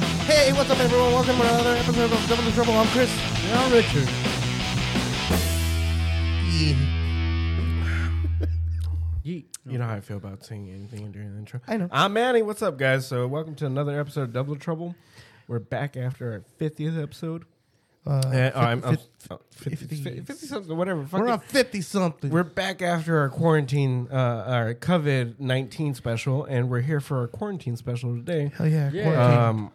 what's up, everyone? Welcome to another episode of Double the Trouble. I'm Chris. Yeah, I'm Richard. Yeet. You know how I feel about saying anything during the intro. I know. I'm Manny. What's up, guys? So, welcome to another episode of Double Trouble. We're back after our 50th episode. Uh, Uh, oh, I'm, I'm, fif- oh, 50, 50. 50 something, whatever. Fuck we're it. on fifty something. We're back after our quarantine, uh, our COVID 19 special, and we're here for our quarantine special today. Hell yeah! Yeah. quarantine. Um,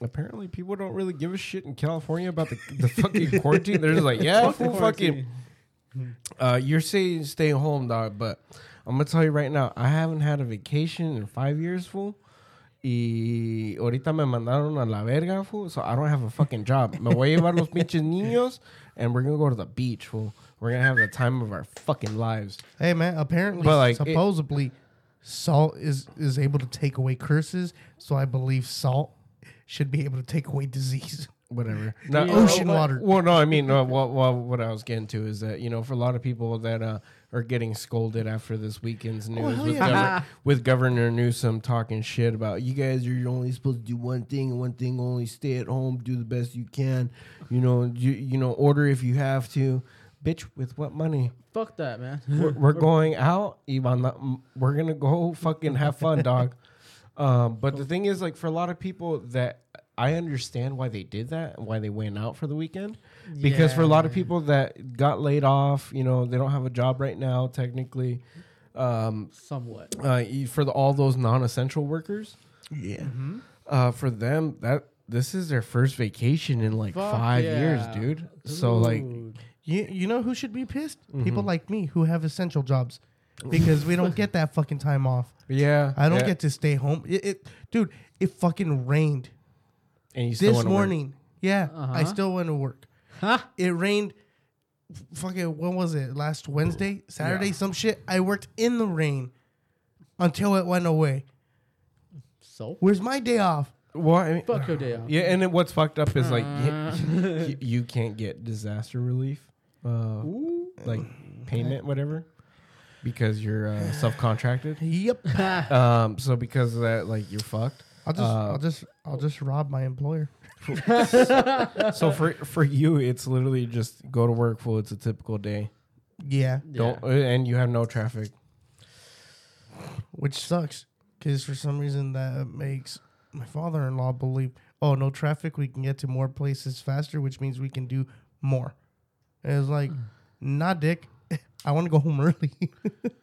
apparently, people don't really give a shit in California about the, the fucking quarantine. They're just like, yeah, Fuck the fool, fucking. Uh, you're saying stay home, dog, but I'm gonna tell you right now, I haven't had a vacation in five years, fool. Y ahorita me mandaron a la verga, fool. So I don't have a fucking job. Me voy a llevar los pinches niños, and we're gonna go to the beach, fool. We're gonna have the time of our fucking lives. hey man, apparently, But, like, it- supposedly, salt is is able to take away curses. So I believe salt should be able to take away disease. whatever. Not, Yeah. Ocean but- water. Well, no, I mean, uh, what, what what I was getting to is that you know, for a lot of people that uh, are getting scolded after this weekend's news Oh, hell with, yeah. Gover- with Governor Newsom talking shit about you guys are only supposed to do one thing and one thing only, stay at home, do the best you can, you know, you, you know, order if you have to. Bitch, with what money? Fuck that, man. We're, we're going out, Ivan. We're gonna go fucking have fun, dog. Um, but the thing is, like, for a lot of people, that I understand why they did that, why they went out for the weekend, because for a lot of Yeah. people that got laid off, you know, they don't have a job right now, technically. Um, Somewhat. uh, e- for the, all those non-essential workers, Yeah. uh, for them that this is their first vacation in like Fuck five yeah. years, dude. So like, Dude. You you know who should be pissed? People Mm-hmm. like me who have essential jobs, because we don't get that fucking time off. yeah, I don't yeah. get to stay home. It, it dude, it fucking rained And you still this wanna work. morning. Yeah, I Uh-huh. still went to work. huh? It rained. f- Fucking when was it? Last Wednesday, Saturday, some shit. I worked in the rain until it went away. So Where's my day off? Well, I mean, fuck your day off. Yeah, and then what's fucked up is like you, you, you can't get disaster relief, uh, Ooh. like payment, whatever, because you're uh, self contracted. Yep. Ha. Um, so because of that, like you're fucked. I'll just, Uh, I'll just, I'll just rob my employer. So for for you, it's literally just go to work. Full. It's a typical day. Yeah, Don't uh, and you have no traffic. which sucks because for some reason that makes my father-in-law believe, oh, no traffic, we can get to more places faster, which means we can do more. And it's Mm. like, nah, Dick, I want to go home early.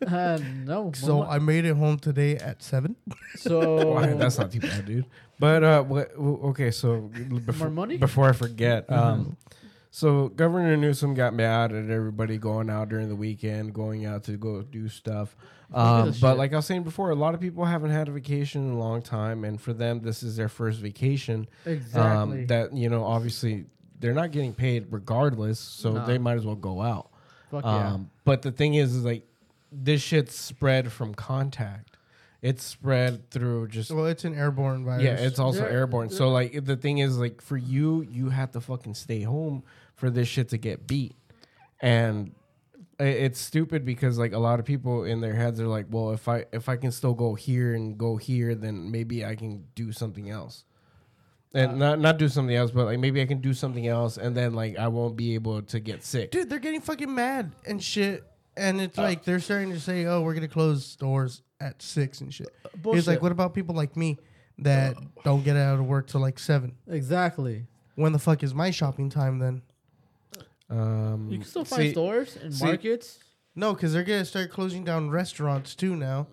Uh, no. so mama. I made it home today at seven. so Well, that's not too bad, dude. But uh, what, w- okay, so more before, money. Mm-hmm. before I forget, um, so Governor Newsom got mad at everybody going out during the weekend, going out to go do stuff. Um, this but shit. like I was saying before, a lot of people haven't had a vacation in a long time, and for them, this is their first vacation. exactly. Um, that you know, obviously, they're not getting paid regardless, so No. they might as well go out. fuck yeah. Um, but the thing is, is like this shit's spread from contact. It's spread through just Well, it's an airborne virus. yeah, it's also There- airborne. So like the thing is like for you, you have to fucking stay home for this shit to get beat. And i- it's stupid because like a lot of people in their heads are like, well, if I if I can still go here and go here, then maybe I can do something else. And not not do something else, but like maybe I can do something else and then like I won't be able to get sick. dude, they're getting fucking mad and shit. And it's like they're starting to say, "Oh, we're gonna close stores at six and shit." It's like, bullshit. what about people like me that don't get out of work till like seven? exactly. When the fuck is my shopping time then? Um You can still find see- stores and see- markets. No, because they're gonna start closing down restaurants too now.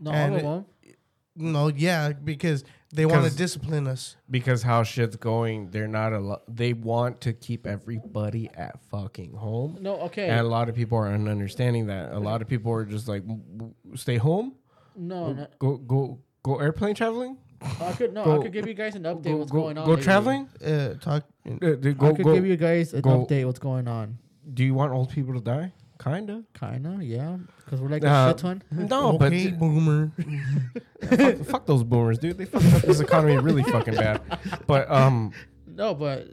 No, and all of it- them. No, yeah, because they want to 'Cause- discipline us. because how shit's going, they're not a lot. They want to keep everybody at fucking home. No, okay. And a lot of people aren't understanding that. A lot of people are just like, "W- w- stay home, Oh, no, no, go go go airplane traveling, I could no. Go- I could give you guys an update. go what's go, going on? go lately. traveling. Uh, talk. Uh, dude, I go, could go. give you guys an go- update. What's going on? Do you want old people to die? Kinda. Kinda, yeah. Because we're like a Uh, shit ton. No, but okay, boomer. fuck, fuck those boomers, dude. They fucked up this economy really fucking bad. But um, No, but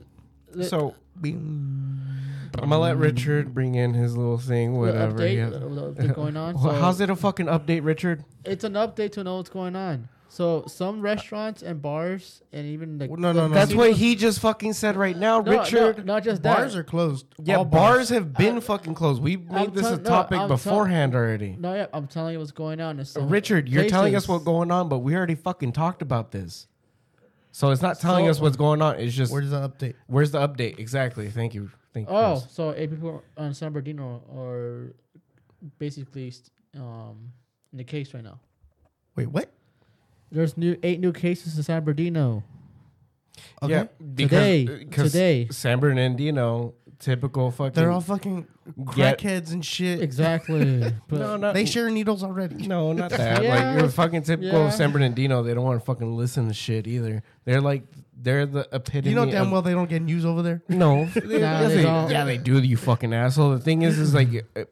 so Boom. I'm gonna let Richard bring in his little thing, whatever. whatever. he Update, has. little update going on. Wh- so How's it a fucking update, Richard? It's an update to know what's going on. So some restaurants and bars and even like Well, no, no, no. That's See, what he just fucking said right now, No, no, Richard. not just that. Bars are closed. yeah, All bars, have been fucking closed. We made this tell- a no, topic I'm tell- beforehand already. No, yeah, I'm telling you what's going on. It's some Richard, you're telling us what's places. going on, but we already fucking talked about this. So it's not telling So- us what's going on. It's just Where's the update? where's the update? Exactly. Thank you. Thank you. Oh, Oh, so eight people on San Bernardino are basically st- um, in the case right now. Wait, what? There's new eight new cases in San Bernardino. Okay. yeah. Today. uh, 'cause Today. San Bernardino, typical fucking. They're all fucking Get- crackheads and shit. Exactly. But no, not They share needles already. No, not that. Yeah. Like you're fucking typical Yeah. San Bernardino. They don't want to fucking listen to shit either. They're like they're the epitome. You know damn of- well they don't get news over there. No, they- Nah, yes, they they- don't. yeah, they do. You fucking asshole. The thing is, is like, uh,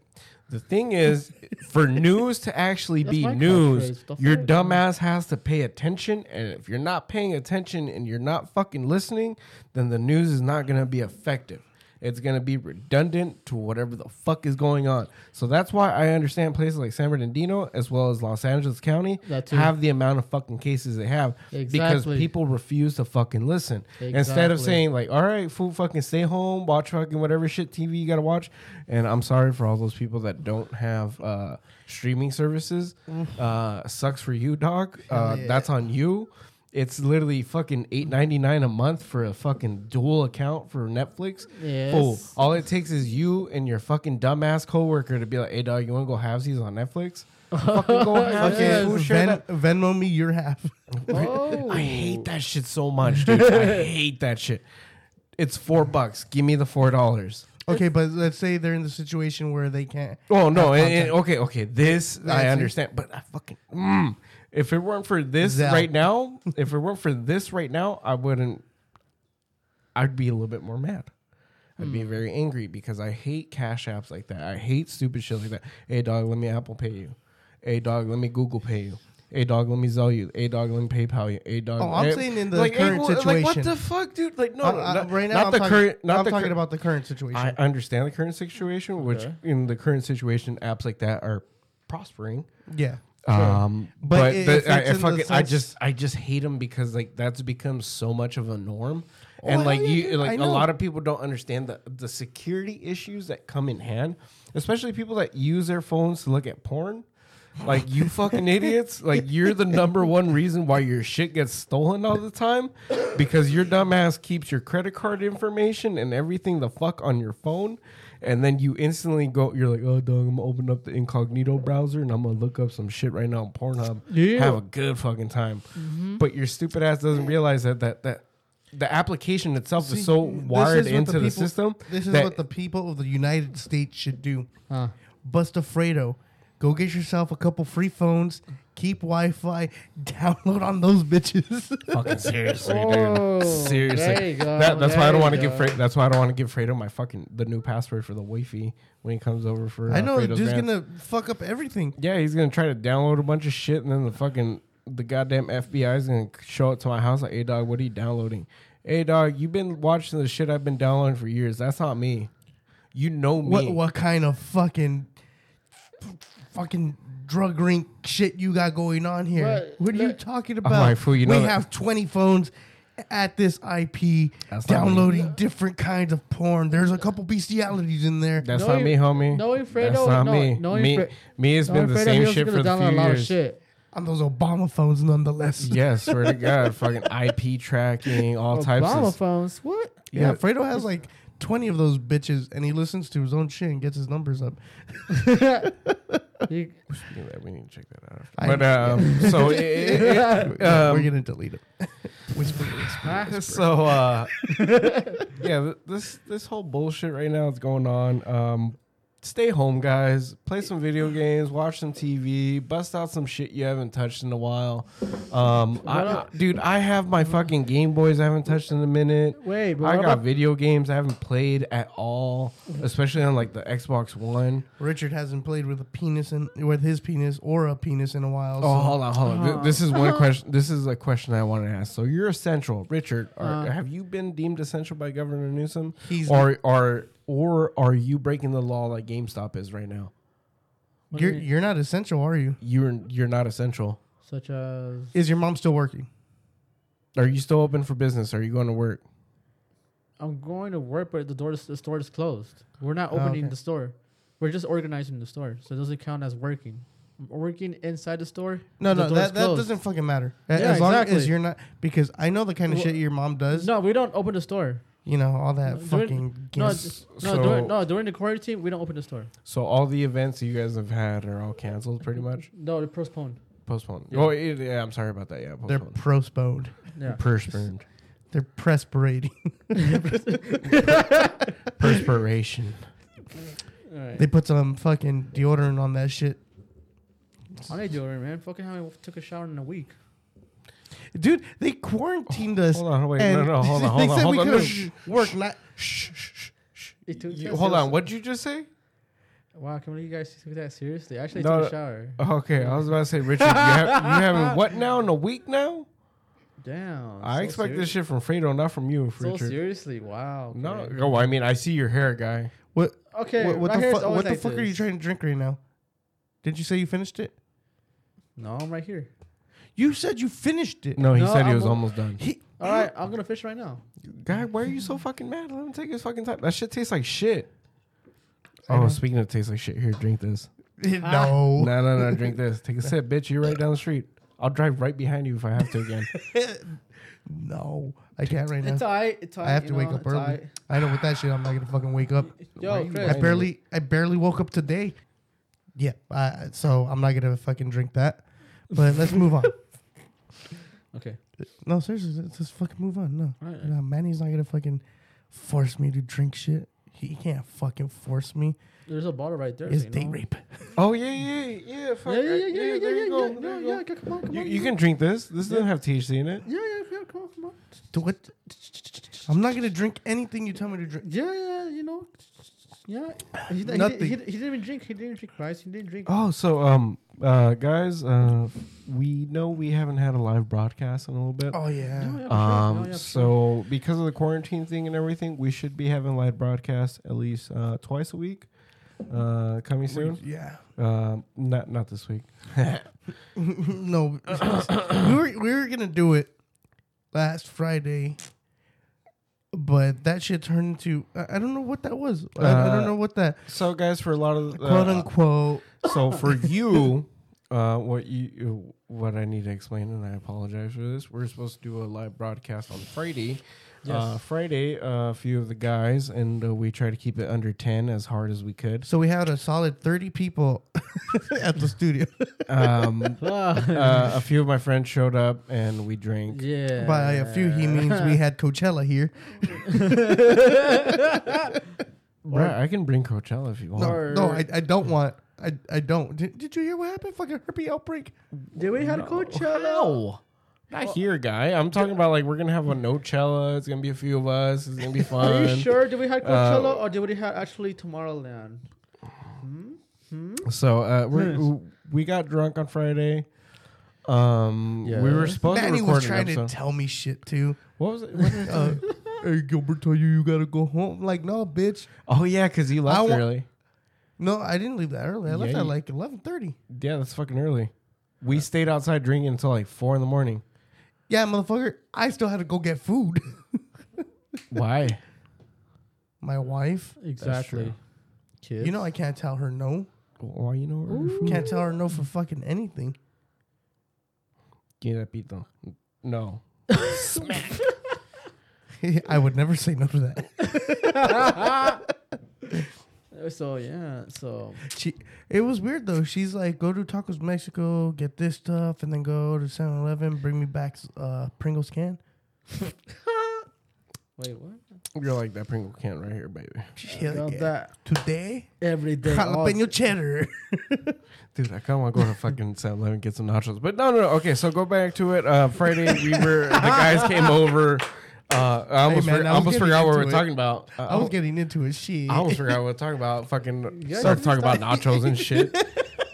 the thing is, for news to actually That's be my news, catchphrase. The your fuck? dumbass has to pay attention. And if you're not paying attention and you're not fucking listening, then the news is not gonna be effective. It's gonna be redundant to whatever the fuck is going on. So that's why I understand places like San Bernardino as well as Los Angeles County That too. have the amount of fucking cases they have because Exactly. people refuse to fucking listen instead of Exactly. saying like, all right, fool, fucking stay home, watch fucking whatever shit TV you gotta watch. And I'm sorry for all those people that don't have uh, streaming services. Uh, sucks for you, dog. Uh, That's on you. It's literally fucking eight ninety nine a month for a fucking dual account for Netflix. Yes. Fool, all it takes is you and your fucking dumbass coworker to be like, "Hey, dog, you want to go halvesies on Netflix? fucking go halvesies. Okay, fool, share Ven- that Venmo me your half. oh, I hate that shit so much, dude. I hate that shit. It's four bucks. Give me the four dollars. okay, but let's say they're in the situation where they can't. Oh no! and- and- okay, okay. This I I see. understand, but I fucking. Mm, if it weren't for this Zap. right now, if it weren't for this right now, I wouldn't. I'd be a little bit more mad. I'd Hmm. be very angry because I hate cash apps like that. I hate stupid shit like that. Hey dog, let me Apple Pay you. Hey dog, let me Google Pay you. Hey dog, let me Zell you. Hey dog, let me PayPal you. Hey dog. Oh, I'm hey- saying in the like, hey, current well, Like, what situation. the fuck, dude? Like, no, I- no, I- not, right now, not I'm the talking, current. Not I'm the talking cur- about the current situation. I understand the current situation, which in the current situation, apps like that are prospering. yeah. Um, But but, i- the- if I, it's I in the fucking, I sense- just, I just hate them because like that's become so much of a norm, and hell like yeah, you, dude, Oh, I like a know. lot of people don't understand the the security issues that come in hand, especially people that use their phones to look at porn. Like you fucking idiots! Like you're the number one reason why your shit gets stolen all the time, because your dumbass keeps your credit card information and everything the fuck on your phone, and then you instantly go. You're like, oh, dog, I'm gonna open up the incognito browser and I'm gonna look up some shit right now on Pornhub. Yeah. Have a good fucking time. But your stupid ass doesn't realize that that that the application itself See, is so this is wired what into the, people- system. This is that- what the people of the United States should do. Huh. Bust a Fredo. Go get yourself a couple free phones. Keep Wi-Fi. Download on those bitches. Fucking seriously, Oh, dude. Seriously, there you go, That- that's why I Oh, there don't want to you give. go. Fre- that's why I don't want to give Fredo my fucking the new password for the Wi-Fi when he comes over for. I know uh, the Fredo's dude's grand- gonna fuck up everything. Yeah, he's gonna try to download a bunch of shit, and then the fucking the goddamn FBI is gonna show up to my house like, "Hey, dog, what are you downloading? Hey, dog, you've been watching the shit I've been downloading for years. That's not me. You know me. What what kind of fucking fucking drug ring shit you got going on here? But what are you let- talking I'm about? like, fool, you know we that- have twenty phones at this IP That's not me. downloading different kinds of porn. There's a couple bestialities in there. That's No, not you- me, homie. no, you That's Fredo, not no, me. no, you me, Fre- me has been I'm the afraid same he was shit gonna for the download few a lot years. of shit. on those Obama phones, nonetheless. Yes, swear to God, fucking IP tracking, all types Obama of phones. What? Yeah, Fredo has like 20 of those bitches and he listens to his own shit and gets his numbers up. You- Yeah, we need to check that out. I- but um, so it, it- it- um, We're going to delete it. whisper, whisper. so uh, yeah, th- this this whole bullshit right now is going on. Um, stay home, guys. Play some video games, watch some TV, bust out some shit you haven't touched in a while. Um, I, What dude, I have my fucking Game Boys I haven't touched in a minute. Wait, but I what got about- video games I haven't played at all, especially on like the Xbox One. Richard hasn't played with a penis in, with his penis or a penis in a while. Oh, so- hold on, hold on. Th- This is Oh. one question. This is a question I wanted to ask. So you're essential, Richard. Are, Uh. have you been deemed essential by Governor Newsom? He's- or or or are you breaking the law like GameStop is right now? what do you're you mean? you're not essential, are you? You're you're not essential. such as Is your mom still working? Are you still open for business? Are you going to work? I'm going to work, but the door is, the store is closed. We're not Oh, opening okay. the store. We're just organizing the store, so it doesn't count as working. Working inside the store. No, the no, door is that, that closed. doesn't fucking matter. A- Yeah, as long exactly. as you're not, because I know the kind of Well, shit your mom does. No, we don't open the store. You know all that No, do it- fucking. No, gas- d- no, so- during, no, during the quarantine, we don't open the store. So all the events you guys have had are all canceled, pretty much No, they're postponed. postponed. Yeah. Oh, it- yeah. I'm sorry about that. Yeah, they're postponed. postponed. Yeah. Perspirant. They're perspirating. Perspiration. All right. they put some fucking deodorant on that shit, I need deodorant, man. Fucking how I took a shower in a week. dude. They quarantined us. Hold on, wait, no, and no, hold on, hold they on, said hold we on. No, couldn't shh, work. Not Shh, shh, shh, shh. It took- You- yes, hold it on, was- what'd you just say? Wow, can you guys take that seriously? I actually No, took no. a shower. Okay, I was about to say, Richard, you, have, you having what now in a week now? Damn. I so expect serious- this shit from Fredo, not from you, So Richard. seriously, wow. no, okay. oh, I mean, I see your hair, guy. what. Okay. what, what my the hair's fuck? always What the like fuck are you this. trying to drink right now? Did you say you finished it? No, I'm right here. You said you finished it. No, he No, said he I'm was al- almost done. He, All right, I'm gonna fish right now. Guy, why are you so fucking mad? Let him take his fucking time. That shit tastes like shit. I know. Oh, speaking of taste like shit, here, drink this. No, no. no, no, drink this. Take a sip, bitch. You're right down the street. I'll drive right behind you if I have to again. No, I can't right now. It's alright. It's alright. I have to you wake know, up it's early. alright. I know with that shit, I'm not gonna fucking wake up. Why Yo, you Chris. I lying? barely, I barely woke up today. Yeah, I, so I'm not gonna fucking drink that. But let's move on. Okay. No, seriously, let's just fucking move on. No, All right. no, Manny's not gonna fucking force me to drink shit. He can't fucking force me. There's a bottle right there. It's you date know? rape. Oh yeah, yeah, yeah. Fuck. Yeah, yeah, yeah, yeah, yeah, yeah, there you yeah, go, yeah, there no, you yeah, go. okay, Come on, come You, on. you can drink this. This doesn't have THC in it. Yeah, yeah, yeah. Come on, come on. Do what? I'm not gonna drink anything you tell me to drink. Yeah, yeah. You know. Yeah. He, he, Nothing. He, he, didn't even drink. He didn't drink rice. He didn't drink. Oh, so um, uh, guys, uh, we know we haven't had a live broadcast in a little bit. Oh yeah. No, yeah, for sure. No, Um, yeah, for sure. so because of the quarantine thing and everything, we should be having live broadcasts at least uh, twice a week. Uh, coming soon. Yeah. Um, not not this week. no, we were we were gonna do it last Friday, but that shit turned into I, I don't know what that was. I, I don't Uh, know what that So guys, for a lot of uh, quote unquote. so for you, uh, what you- you what I need to explain, and I apologize for this. We're supposed to do a live broadcast on Friday. Uh, Yes. Friday, uh, a few of the guys, and uh, we try to keep it under ten as hard as we could. So we had a solid thirty people at the studio, Um, Ah, uh, a few of my friends showed up, and we drank. yeah. by a few he means we had Coachella here. Right, I can bring Coachella if you want. No, Or- no, I, I don't want. I, I don't. Did, did you hear what happened? Fucking herpes outbreak. Did we had a No. Coachella? Not here, guy. I'm talking about like we're gonna have a Coachella. It's gonna be a few of us. It's gonna be fun. Are you sure? Did we had Uh, Coachella or did we had actually Tomorrowland? Hmm? Hmm? So uh, we Yes. we got drunk on Friday. Um, we were Yeah. supposed Manny to record was an trying to episode. tell me shit too. what was it? What did I Uh, do? hey Gilbert, told you you gotta go home. I'm like no, bitch. oh yeah, because you left I wa- early. No, I didn't leave that early. I left Yeah, at you- like eleven thirty. Yeah, that's fucking early. We stayed outside drinking until like four in the morning. Yeah, motherfucker, I still had to go get food. Why? My wife, Exactly. Kids. you know, I can't tell her no. Why you know? order food? Can't tell her no for fucking anything. Give me that beat though. No. I would never say no to that. so yeah. So She, it was weird though. She's like, go to Tacos Mexico, get this stuff, and then go to 7-Eleven, bring me back uh, Pringles can. wait, what? You're like that Pringle can right here, baby. Hell Got yeah. that Today, every day. all- jalapeno cheddar. Dude, I kind of want to go to fucking 7 Eleven and get some nachos. But no, no, no. Okay, so go back to it. Uh, Friday, we were, the guys came over. Uh, I almost, man, for- I I was almost getting forgot what into we were it. talking about. Uh, I Oh. was getting into it. Shit. I almost forgot what we were talking about. Fucking Yeah, start talking about nachos and shit.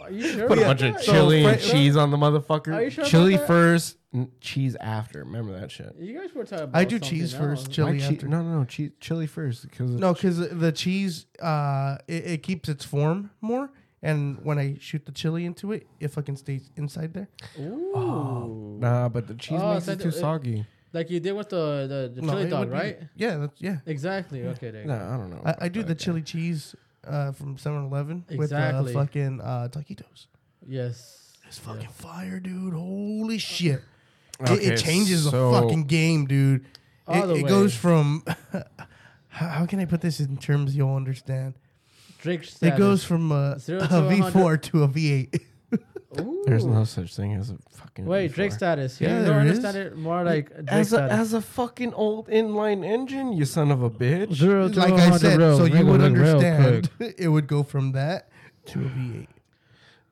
Are you sure? Put a about bunch of that? chili and Fri- cheese on the Are motherfucker. you sure about chili that? first, n- cheese after. Remember that shit. You guys were talking. About I do cheese something first, else. chili Why che- after. no, no, no. Che- chili first. Cause No, because the cheese, uh, it, it keeps its form more, And when I shoot the chili into it, it fucking stays inside there. Ooh. Nah, but the cheese Oh, makes so it the- too it- soggy. Like you did with the the, the No, chili it dog, would be- right? Yeah, that's, yeah. Exactly. Okay, there. you No, go. I don't know. I, I about do that, the guy. chili cheese uh, from 7-Eleven with uh, Exactly. fucking uh, taquitos. Yes. It's fucking fire, dude. Holy shit. It, Okay, it changes so- the fucking game, dude. All It, the it goes way. from how, how can I put this in terms you'll understand? Drake It goes from a, Zero a to a V4 to a V8. Ooh. There's no such thing as a fucking. Wait, Drake Drake's status. Yeah, Yeah, you don't there understand is. it more like Drake As a, status. as a fucking old inline engine, you son of a bitch. Zero to like 100 I said, real- so you real would quick, real understand. quick. It would go from that to a V8.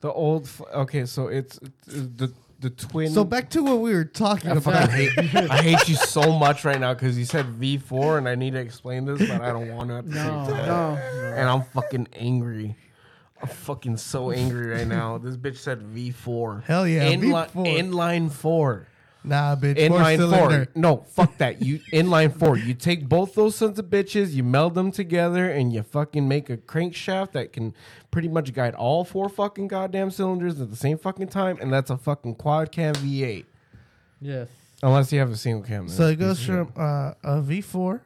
The old. F- okay, so it's, it's the the twin. So back to what we were talking I about. fucking hate. I hate you so much right now because you said V4, and I need to explain this, but I don't want to. At the No, same time. no. And I'm fucking angry. I'm fucking so angry right now. This bitch said V4. Hell yeah, Inli- V4. Inline four. Nah, bitch. Inline four four. cylinder. No, fuck that. You inline four. You take both those sons of bitches, you meld them together, and you fucking make a crankshaft that can pretty much guide all four fucking goddamn cylinders at the same fucking time, and that's a fucking quad cam V8. Yes. Unless you have a single cam. So it goes from uh, a V4.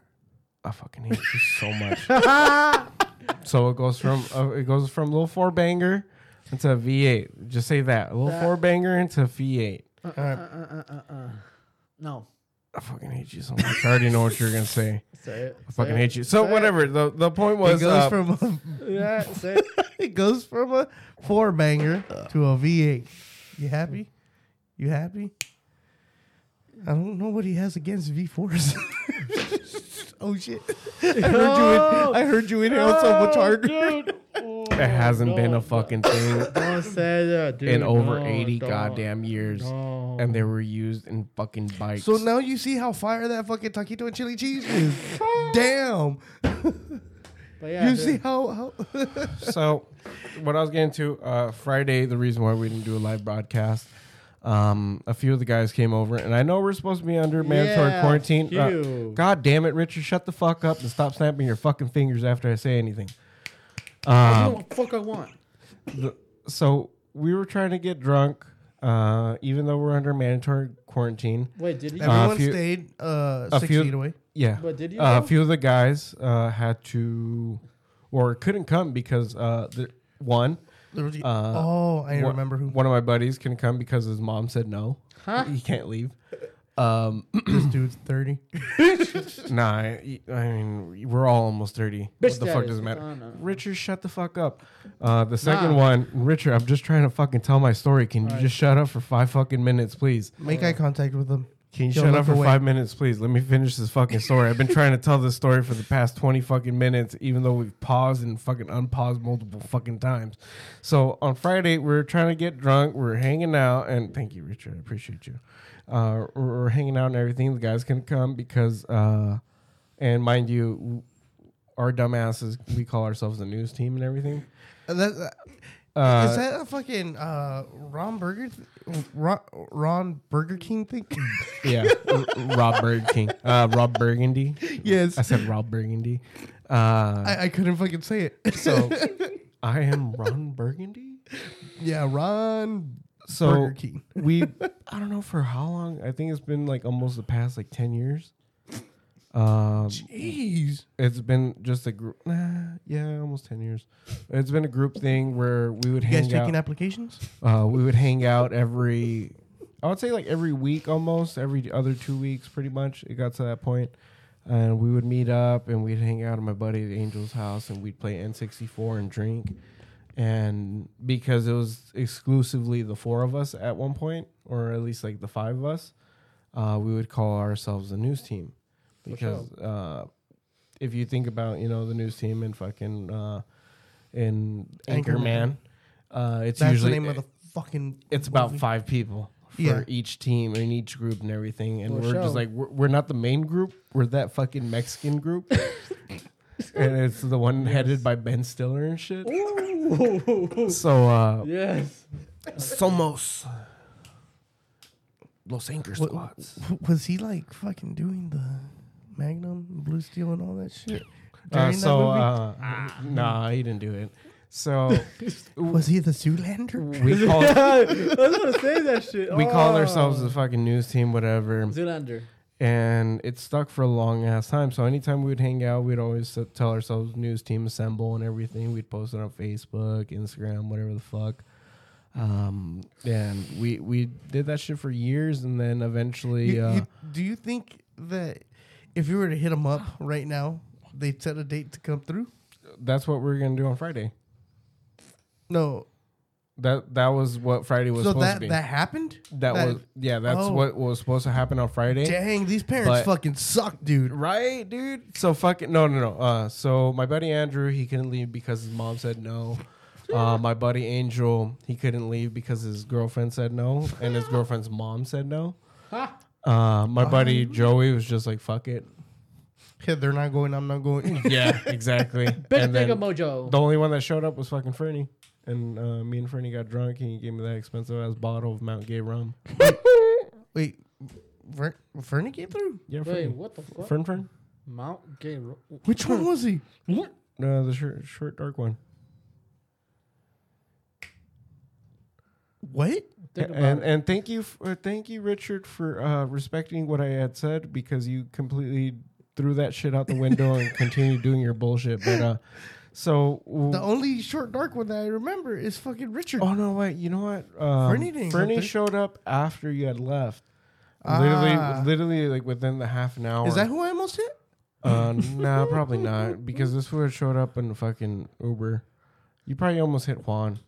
I fucking hate you so much. so it goes from uh, it goes from little four banger into a V8. Just say that little four banger into a V8. Uh, uh, uh, uh, uh. No. I fucking hate you so much. I already know what you're gonna say. Say it. I fucking hate you. So whatever. The the point It was goes uh, from a, Yeah, say it. it goes from a four banger to a V8. You happy? You happy? I don't know what he has against V4s. oh shit! I heard you. In, I heard you inhale so much harder. Dude. Oh, it hasn't no, been a no. fucking thing Don't say that, dude. in over no, 80 don't. goddamn years, No. and they were used in fucking bikes. So now you see how fire that fucking taquito and chili cheese is. Damn! But yeah, you dude. see how, how Uh, so what I was getting to uh, Friday, the reason why we didn't do a live broadcast, um, a few of the guys came over, and I know we're supposed to be under mandatory Yeah, quarantine. Uh, phew. God damn it, Richard, shut the fuck up and stop snapping your fucking fingers after I say anything. Um, you know what the fuck I want. the- so we were trying to get drunk, uh, even though we're under mandatory quarantine. Wait, did you? everyone few- stayed uh, a six few- feet away. Yeah. But did you Uh, though? a few of the guys uh, had to or couldn't come because uh, the, one, There was- Uh, oh, I one- remember who One of my buddies couldn't come because his mom said no. Huh? He can't leave. Um, this dude's thirty. nah, I, I mean we're all almost thirty. Bitch what the fuck status. does it matter? No, no, no. Richard, shut the fuck up. Uh, the second Nah. one, Richard, I'm just trying to fucking tell my story. Can you Alright. just shut up for five fucking minutes, please? Make eye contact with them. Can you Yo, shut look up for away. five minutes, please? Let me finish this fucking story. I've been trying to tell this story for the past 20 fucking minutes, even though we've paused and fucking unpaused multiple fucking times. So on Friday, we are trying to get drunk. We are hanging out. And thank you, Richard. I appreciate you. Uh, we we're hanging out and everything. The guys can come because, uh, and mind you, our dumbasses, we call ourselves the news team and everything. Uh, that- Uh, is that a fucking uh, Ron Burger, th- Ron, Ron Burger King thing? Yeah, R- Rob Burger King. Uh, Rob Burgundy. yes, I said Rob Burgundy. Uh, I, I couldn't fucking say it. So I am Ron Burgundy. yeah, Ron So Burger King. we, I don't know for how long. I think it's been like almost the past like ten years. Um, Jeez, it's been just a group. Nah, yeah, almost ten years. It's been a group thing where we would you guys hang out. taking applications? Uh, we would hang out every, I would say like every week almost, every other two weeks pretty much. It got to that point. And we would meet up and we'd hang out at my buddy at Angel's house and we'd play N64 and drink. And because it was exclusively the four of us at one point, or at least like the five of us, uh, we would call ourselves the news team. Because uh, if you think about, you know, the news team and fucking uh, and Anchorman, Anchorman. uh, it's That's usually the name of the fucking. it's about movie. five people for Yeah. each team and each group and everything. And For we're sure. just like, we're, we're not the main group. We're that fucking Mexican group. and it's the one headed by Ben Stiller and shit. Ooh. So, uh, yes. Somos. Los Anchor What- Was he like fucking doing the Magnum, Blue Steel, and all that shit? during Uh, that so, movie? Ah. uh, nah, he didn't do it. So Was he the Zoolander? we call I was gonna say that shit. we call Oh. ourselves the fucking news team, whatever. Zoolander. And it stuck for a long ass time. So anytime we would hang out, we'd always s- tell ourselves news team assemble and everything. We'd post it on Facebook, Instagram, whatever the fuck. Um, and we we did that shit for years, and then eventually, You- uh, you- do you think that if you were to hit them up right now, they'd set a date to come through? that's what we are gonna do on Friday. No. That that was what Friday was So supposed that to be. that happened. That, was yeah. That's oh. what was supposed to happen on Friday. Dang, these parents But- fucking suck, dude. Right, dude. So fucking no, no, no. Uh, so my buddy Andrew, he couldn't leave because his mom said no. Uh, my buddy Angel, he couldn't leave because his girlfriend said no, and his girlfriend's mom said no. Ha! Uh, my buddy Joey was just like, "Fuck it." Yeah, they're not going. I'm not going. Yeah, exactly. Big and then nigga mojo. the only one that showed up was fucking Fernie, and uh, me and Fernie got drunk, and he gave me that expensive ass bottle of Mount Gay rum. Wait, Ver- Vernon came through. Yeah, Wait, Fernie. what the fuck? Fern, Fern. Mount Gay. Ro- Which one was he? No, the short, short, dark one. What? Think about and it. and thank you f- uh, thank you Richard for uh, respecting what I had said because you completely threw that shit out the window and continued doing your bullshit. But uh, so The only short dark one that I remember is fucking Richard. oh no wait you know what um, Fernie didn't come Fernie through. showed up after you had left. Ah. Literally, literally, like within the half an hour. is that who I almost hit? Uh, nah, probably not because this would have showed up in fucking Uber. You probably almost hit Juan.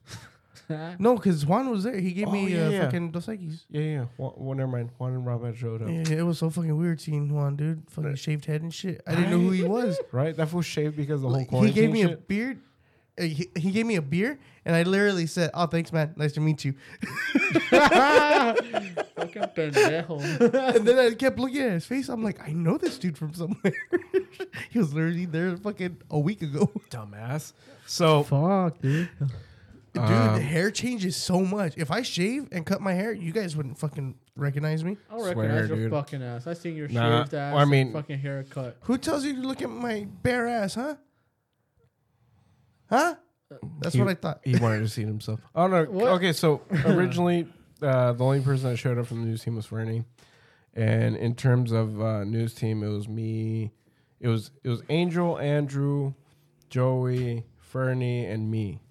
No, because Juan was there. He gave me Oh, yeah, uh, yeah. fucking Dos Equis. Yeah, yeah. Juan, well, never mind. Juan and Rob had showed up. Yeah, it was so fucking weird seeing Juan, dude. Fucking shaved head and shit. I didn't know who he was. Right, that fool shaved because of the whole Like, he quarantine gave me shit. a beard. uh, He, he gave me a beer, and I literally said, "Oh, thanks, man. Nice to meet you." Fucking pendejo. and then I kept looking at his face. I'm like, I know this dude from somewhere. he was literally there fucking a week ago. dumbass. So Fuck, dude. Dude, Um, the hair changes so much. If I shave and cut my hair, you guys wouldn't fucking recognize me. I recognize your dude. fucking ass. I seen your Nah, shaved ass. or I I mean- mean, fucking haircut. Who tells you to look at my bare ass, huh? Huh? That's He- what I thought. he wanted to see it himself. Oh no. What? Okay, so originally uh, the only person that showed up from the news team was Fernie, and in terms of uh, news team, it was me. It was it was Angel, Andrew, Joey, Fernie, and me,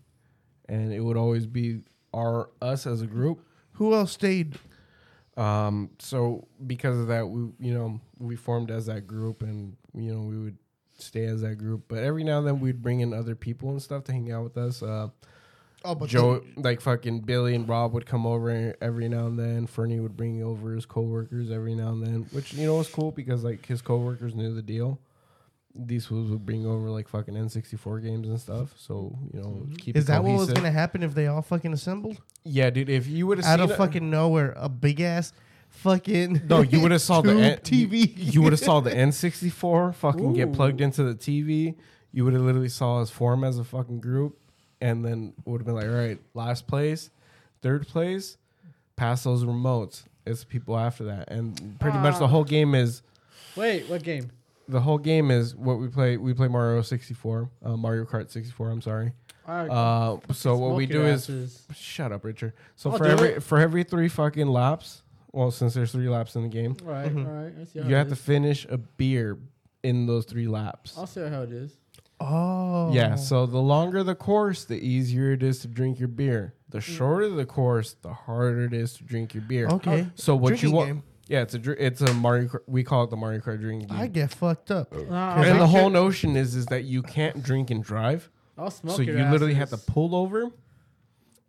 and it would always be our us as a group. Who else stayed? Um, so because of that, we you know we formed as that group, and you know we would stay as that group. But every now and then we'd bring in other people and stuff to hang out with us. Uh, Oh, but Joe, like fucking Billy and Rob would come over e-, every now and then. Fernie would bring over his coworkers every now and then, which you know was cool because like his coworkers knew the deal. These fools would bring over like fucking N64 games and stuff. So you know, keep Mm-hmm. Is it that what was cohesive. gonna happen if they all fucking assembled Yeah, dude. If you would have out seen of it- fucking nowhere? A big ass fucking No, you would have saw the tube N- TV. You, would have saw the N64 fucking get Ooh. plugged into the TV. You would have literally saw us form as a fucking group, and then would have been like, all right, last place, third place, pass those remotes. It's people after that, and pretty much the Ah. whole game is Wait, what game? the whole game is what we play. We play Mario 64, uh, Mario Kart 64. I'm sorry. I Uh, so what we smoke do your is asses. Oh, shut up, Richard. So I'll for do every it. for every three fucking laps, well, since there's three laps in the game, All right, all right. I see how you it have to is. finish a beer in those three laps. I'll see how it is. Oh, Yeah, so the longer the course, the easier it is to drink your beer. Mm. The shorter the course, the harder it is to drink your beer. Okay. Oh, So what Drinking you want? game. Yeah, it's a dr- it's a Mario. Kart, we call it the Mario Kart drinking game. I get fucked up. Nah, and I'll, the whole notion is is that you can't drink and drive. I'll smoke so you your literally have asses. to pull over,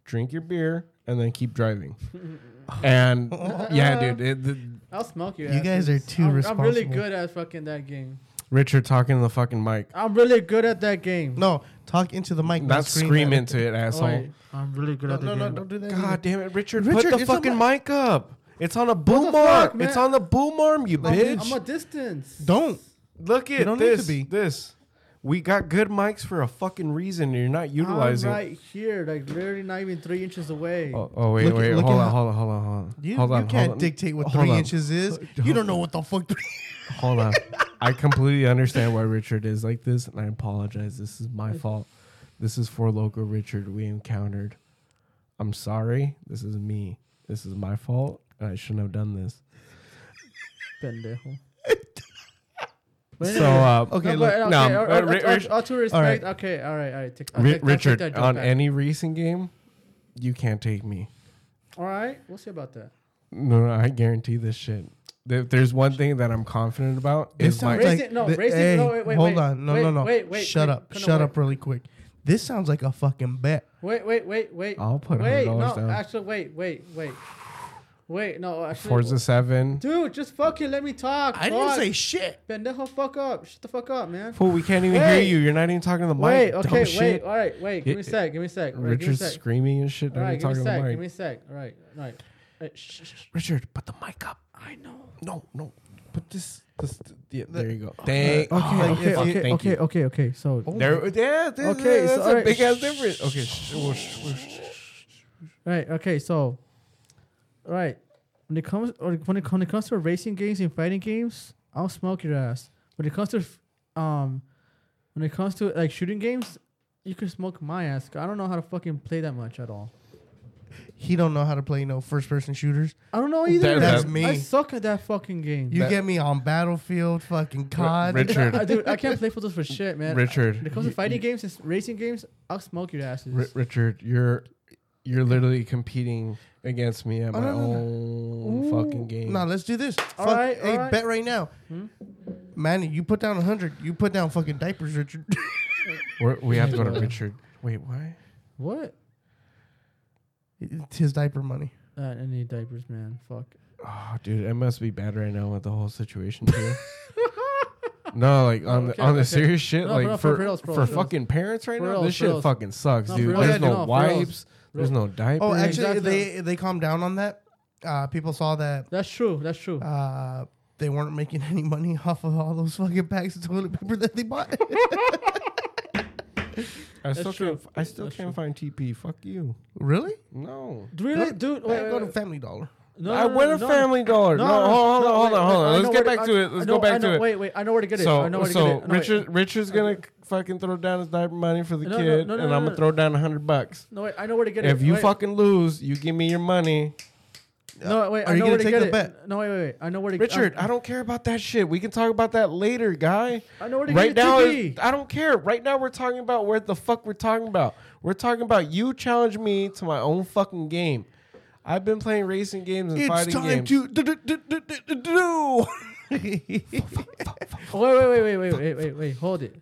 drink your beer, and then keep driving. and yeah, dude, it, the, I'll smoke your You guys asses. are too I'm, I'm really responsible. good at fucking that game. Richard talking to the fucking mic. I'm really good at that game. No, talk into the mic. Not scream screaming. into it, asshole. Wait, I'm really good No, at the no, game. no, don't do that. God damn it, Richard! put Richard, the it's on fucking my- mic up. It's on a boom the fuck, arm. man? it's on the boom arm, you bitch. I'm a distance. don't. Look at don't need to this. be. This. We got good mics for a fucking reason. and You're not utilizing. I'm right here, like literally not even three inches away. Oh, oh, wait, Look at- wait, look hold on, at how- hold on, hold on, hold on. You, hold on, you hold can't on. dictate what Hold three on. inches is. You don't know what the fuck. Three. Hold on. I completely understand why Richard is like this, and I apologize. This is my fault. This is for local Richard we encountered. I'm sorry. This is me. This is my fault. I shouldn't have done this. Pendejo. So uh, Okay, no, look, but, okay, no, all- uh, all- Ri- all- Rich- all due all right. respect. Okay, all right, all right. Take, I'll Ri- take- I'll take Richard, that joke on back. any recent game, you can't take me. All right, we'll see about that. No, no, I guarantee this shit. If there's one thing that I'm confident about, This is my sounds Raise like it- no, thi- raise it- hey, no, wait, wait, hold wait. on, no, Wait, no, no. wait, wait, shut wait. up, No, no, shut wait. up, really quick. This sounds like a fucking bet. Wait, wait, wait, wait. I'll put wait, $100 no, down. actually, wait, wait, wait, wait. No, actually, Forza Seven. dude, just fucking let me talk. I didn't fuck. say shit. pendejo. Fuck up. Shut the fuck up, man. Fool, we can't even hear Wait. you. You're not even talking to the mic. Wait, dumb okay, wait, shit. all right, wait. Give me a sec. Give me a sec. all right, give me a Richard's sec. screaming and shit. All not right, even give me talking to a the sec. mic. Give me a sec. All right, all right. Hey, shh, shh, shh. Richard, put the mic up. I know. No, no. Put this. this yeah, there you go. Thank. Okay, oh, okay, fuck, okay, thank okay, you. Oh, okay, okay. So, all There. Yeah. This, Oh Okay, okay. so, That's a alright. big ass difference. Okay. sh- well, sh- well, sh- right, okay, so, all right. When it comes, or when it, when it comes to racing games and fighting games, I'll smoke your ass. When it comes to, f- um, when it comes to like shooting games, you can smoke my ass. 'cause I don't know how to fucking play that much at all. He don't know how to play no first person shooters. I don't know either. That- That's I, me. I suck at that fucking game. You That- get me on Battlefield, fucking COD. Richard. I, dude, I can't play for those for shit, man. Richard. When it comes you- to fighting games and s- racing games, I'll smoke your asses. Ri- Richard, you're you're literally competing against me at my Oh, no, no, no. own fucking game. No, let's do this. Fuck, All right, all hey, right. Hmm? bet right now. Manny, you put down a hundred. You put down fucking diapers, Richard. We're, we have to go to Richard. Wait, why? What? it's his diaper money. Uh, I need diapers, man. Fuck. Oh, dude, it must be bad right now with the whole situation too. no, like on Okay, the on the okay. serious shit, No, like for real, for for for, reals, for reals. fucking parents right For now, reals, this for shit reals. fucking sucks, No, for dude. reals. There's Yeah, no, no, for reals. wipes. There's no diapers. Oh, actually, exactly. they they calmed down on that. Uh, people saw that That's true. That's true. uh, they weren't making any money off of all those fucking packs of toilet paper that they bought. I still true. can't. f- I still That's can't find TP. Fuck you. really? No. really, dude? Wait, I wait, go to wait. Family Dollar. No, I no, no, went no, to no. Family Dollar. No, hold on, hold wait, on, hold wait, on. I Let's know get where back I- to it. I Let's go know- I back know- to it. Wait, wait. I know where to get it. So, I know where to so get it. No, wait. Richard, Richard's gonna c- fucking throw down his diaper money for the No, no, kid, no, no, and no, I'm no. gonna throw down a hundred bucks. No, wait. I know where to get it. If you Wait. fucking lose, you give me your money. No, wait. Are I you know gonna where to take get the it. bet? No, wait, wait, wait. I know where to. Richard, I don't care about that shit. We can talk about that later, guy. I know where to Right get it. now, TV. is- I don't care. Right now, we're talking about where the fuck we're talking about. We're talking about you challenge me to my own fucking game. I've been playing racing games and It's fighting time games. to do do do do do do. Wait, wait, wait, wait, wait, wait, wait, wait. Hold it.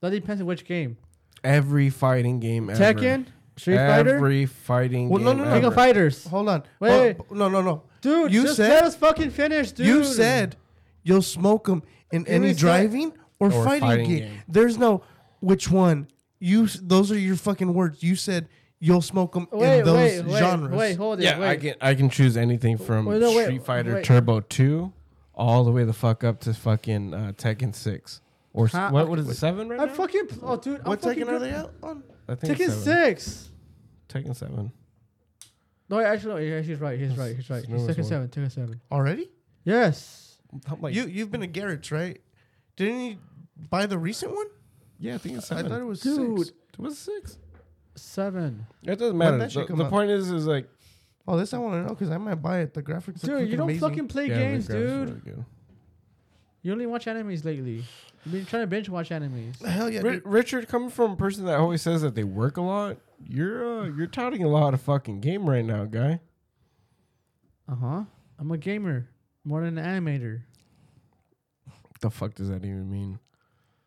That depends on which game. Every fighting game ever. Tekken, Street Fighter, Every fighting Well, game no, no, no. King ever. of Fighters. Hold on. Wait, Oh, wait. b- no, no, no. Dude, you just said let us fucking finish, dude. You said you'll smoke them in we any said- driving or, Or fighting, fighting game. game. There's no which one. You s- those are your fucking words. You said you'll smoke them Wait, in those wait, wait, genres. wait, hold it. Yeah, wait. I can I can choose anything from Wait, no, wait, Street Fighter wait. Turbo Two, all the way the fuck up to fucking uh, Tekken Six or s- Huh? what? What is it? Seven right I'm now? fucking. Oh, dude. I'm What fucking second are good. they out on? I think Tekken it's seven. six. Tekken Seven. No, wait, actually, no, yeah, she's right. He's right. He's right. It's numerous Tekken one. seven. Tekken seven. Already? Yes. I'm like, you you've been to Garrett's, right? Didn't you buy the recent one? yeah, I think it's I seven. thought it was Dude. six. it was six. Seven. It doesn't When'd matter. that shit The, come the out? point is, is like, Oh, this I want to know because I might buy it. The graphics look Dude, you don't amazing. fucking play yeah, the games, graphics are dude. really good. You only watch animes lately. You've been trying to binge watch animes. hell yeah. Ri- dude. Richard, coming from a person that always says that they work a lot, you're uh, you're touting a lot of fucking game right now, guy. Uh Uh-huh. huh. I'm a gamer more than an animator. The fuck does that even mean?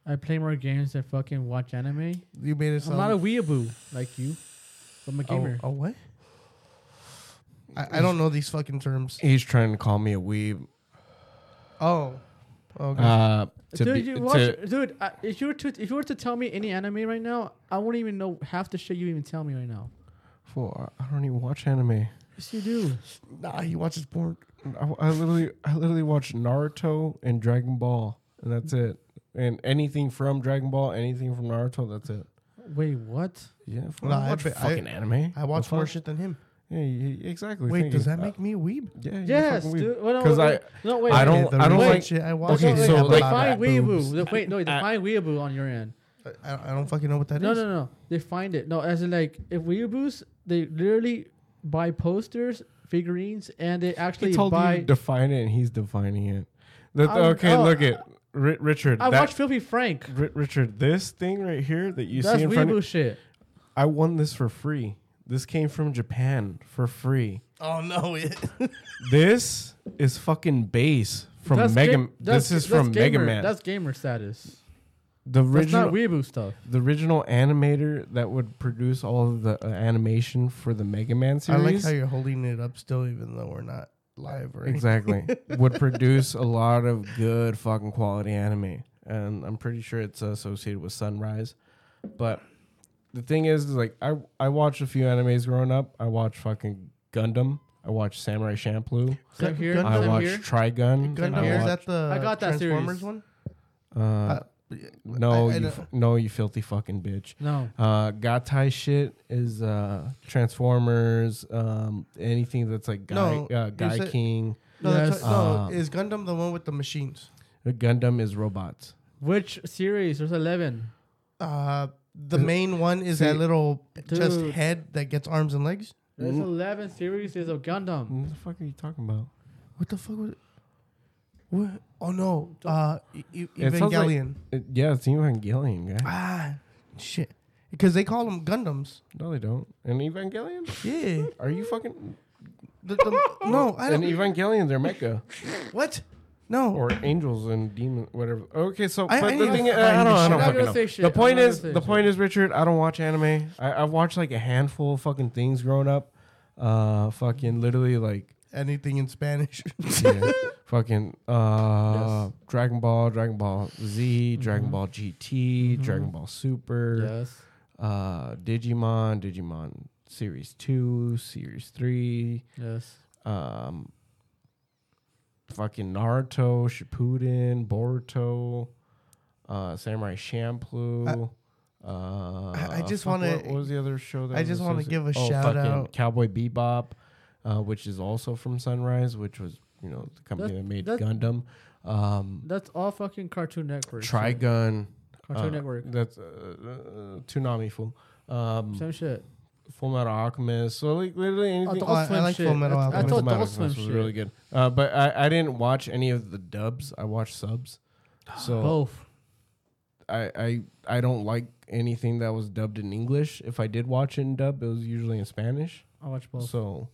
I play more games than fucking watch anime. You made it I'm sound not a weeaboo like you. But I'm a gamer. uh, Oh, what? I, I don't know these fucking terms. He's trying to call me a weeb. Oh, okay. Uh, to Dude, be- you to- watch, dude. I, if you were to if you were to tell me any anime right now, I wouldn't even know half the shit you even tell me right now. Fool, I I don't even watch anime. Yes, you do. nah, he watches porn. I, I literally, I literally watch Naruto and Dragon Ball, and that's it. And anything from Dragon Ball, anything from Naruto, that's it. Wait, what? Yeah, fool, Nah, I I watch bet- I- fucking anime. I watch The more fuck? shit than him. Yeah, you- you- exactly. Wait, thank does you. that make me a weeb? Uh, yeah, Yes, dude. Well, no, Because wait, I, wait. no, wait. I wait. don't- The I don't recent like- Shit I watch Okay, Okay, no, so, so like- define Boobs. weeaboo. Wait, no, define weeaboo on your end. I, I don't fucking know what that is. no, no, no. They find it. No, as in like if Weeaboos, they literally buy posters, figurines, and they actually He told buy. you to define it, and he's defining it. The- I'm- okay, oh, look at Ri- Richard. I that- watched Filthy Frank. Ri- Richard, this thing right here that you That's see in front of Weeaboo shit. I won this for free. This came from Japan for free. Oh no, it. This is fucking base from That's Mega. ga- that's- this is that's from Mega gamer- Man. That's gamer status. the That's original, not Weeaboo stuff. the original animator that would produce all of the uh, animation for the Mega Man I series. like how you're holding it up still, even though we're not live or anything. exactly would produce a lot of good fucking quality anime and i'm pretty sure it's associated with sunrise but the thing is, is like i i watched a few animes growing up i watched fucking gundam i watched samurai champloo Same here. Gundam i same watched here. trigun Gundam I is watched- that the I got that Transformers series. one? uh, no I- I you don't- f- no you filthy fucking bitch No. uh gatai shit is uh transformers um anything that's like guy No, uh, you guy said- king No, that's Yes. no Um, is Gundam the one with the machines? uh, gundam is robots Which series? There's 11. Uh, the Is- main one is that See- little just Dude. head that gets arms and legs. There's Mm. 11 series of Gundam. what the fuck are you talking about What the fuck was it? What? Oh no, uh, E- E- It sounds like- Evangelion. It, Uh, yeah, it's Evangelion, guy. ah, shit. Because they call them Gundams. No, they don't. And Evangelion? Yeah. Are you fucking? The- the- no, I And don't. Evangelion, they're mecha what? No. or angels and demons, whatever. Okay, so I- but I the need thing, to is, I don't, find this I shit. don't I'm not fucking gonna know. say shit. The I'm point not is, gonna say the shit. point is, Richard, I don't watch anime. I, I've watched like a handful of fucking things growing up. Uh, fucking literally like. Anything in Spanish? yeah, fucking uh, Yes. Dragon Ball, Dragon Ball Z, Dragon Mhm. Ball GT, Mm-hmm. Dragon Ball Super, Yes. uh, Digimon, Digimon Series 2, Series 3, Yes. um, fucking Naruto, Shippuden, Boruto, uh, Samurai Champloo. uh, I- I just fuck, wanna- What, what was the other show that? I was just wanna associated- Oh, give a shout fucking out. Cowboy Bebop, uh, which is also from Sunrise, which was you know the company that, made that- Gundam. Um, That's all fucking Cartoon Network. shit. Trigun. Cartoon uh, Network. That's uh, uh, Toonami fool. Um, Same shit. Full Metal Alchemist. So like literally anything. Oh, I- I like Full Metal Full That's- Metal Alchemist. That's Adult Swim Alchemist was shit. really good. Uh, but I, I didn't watch any of the dubs. I watched subs. So Both. I, I I don't like anything that was dubbed in English. If I did watch it in dub, it was usually in Spanish. I watch both. So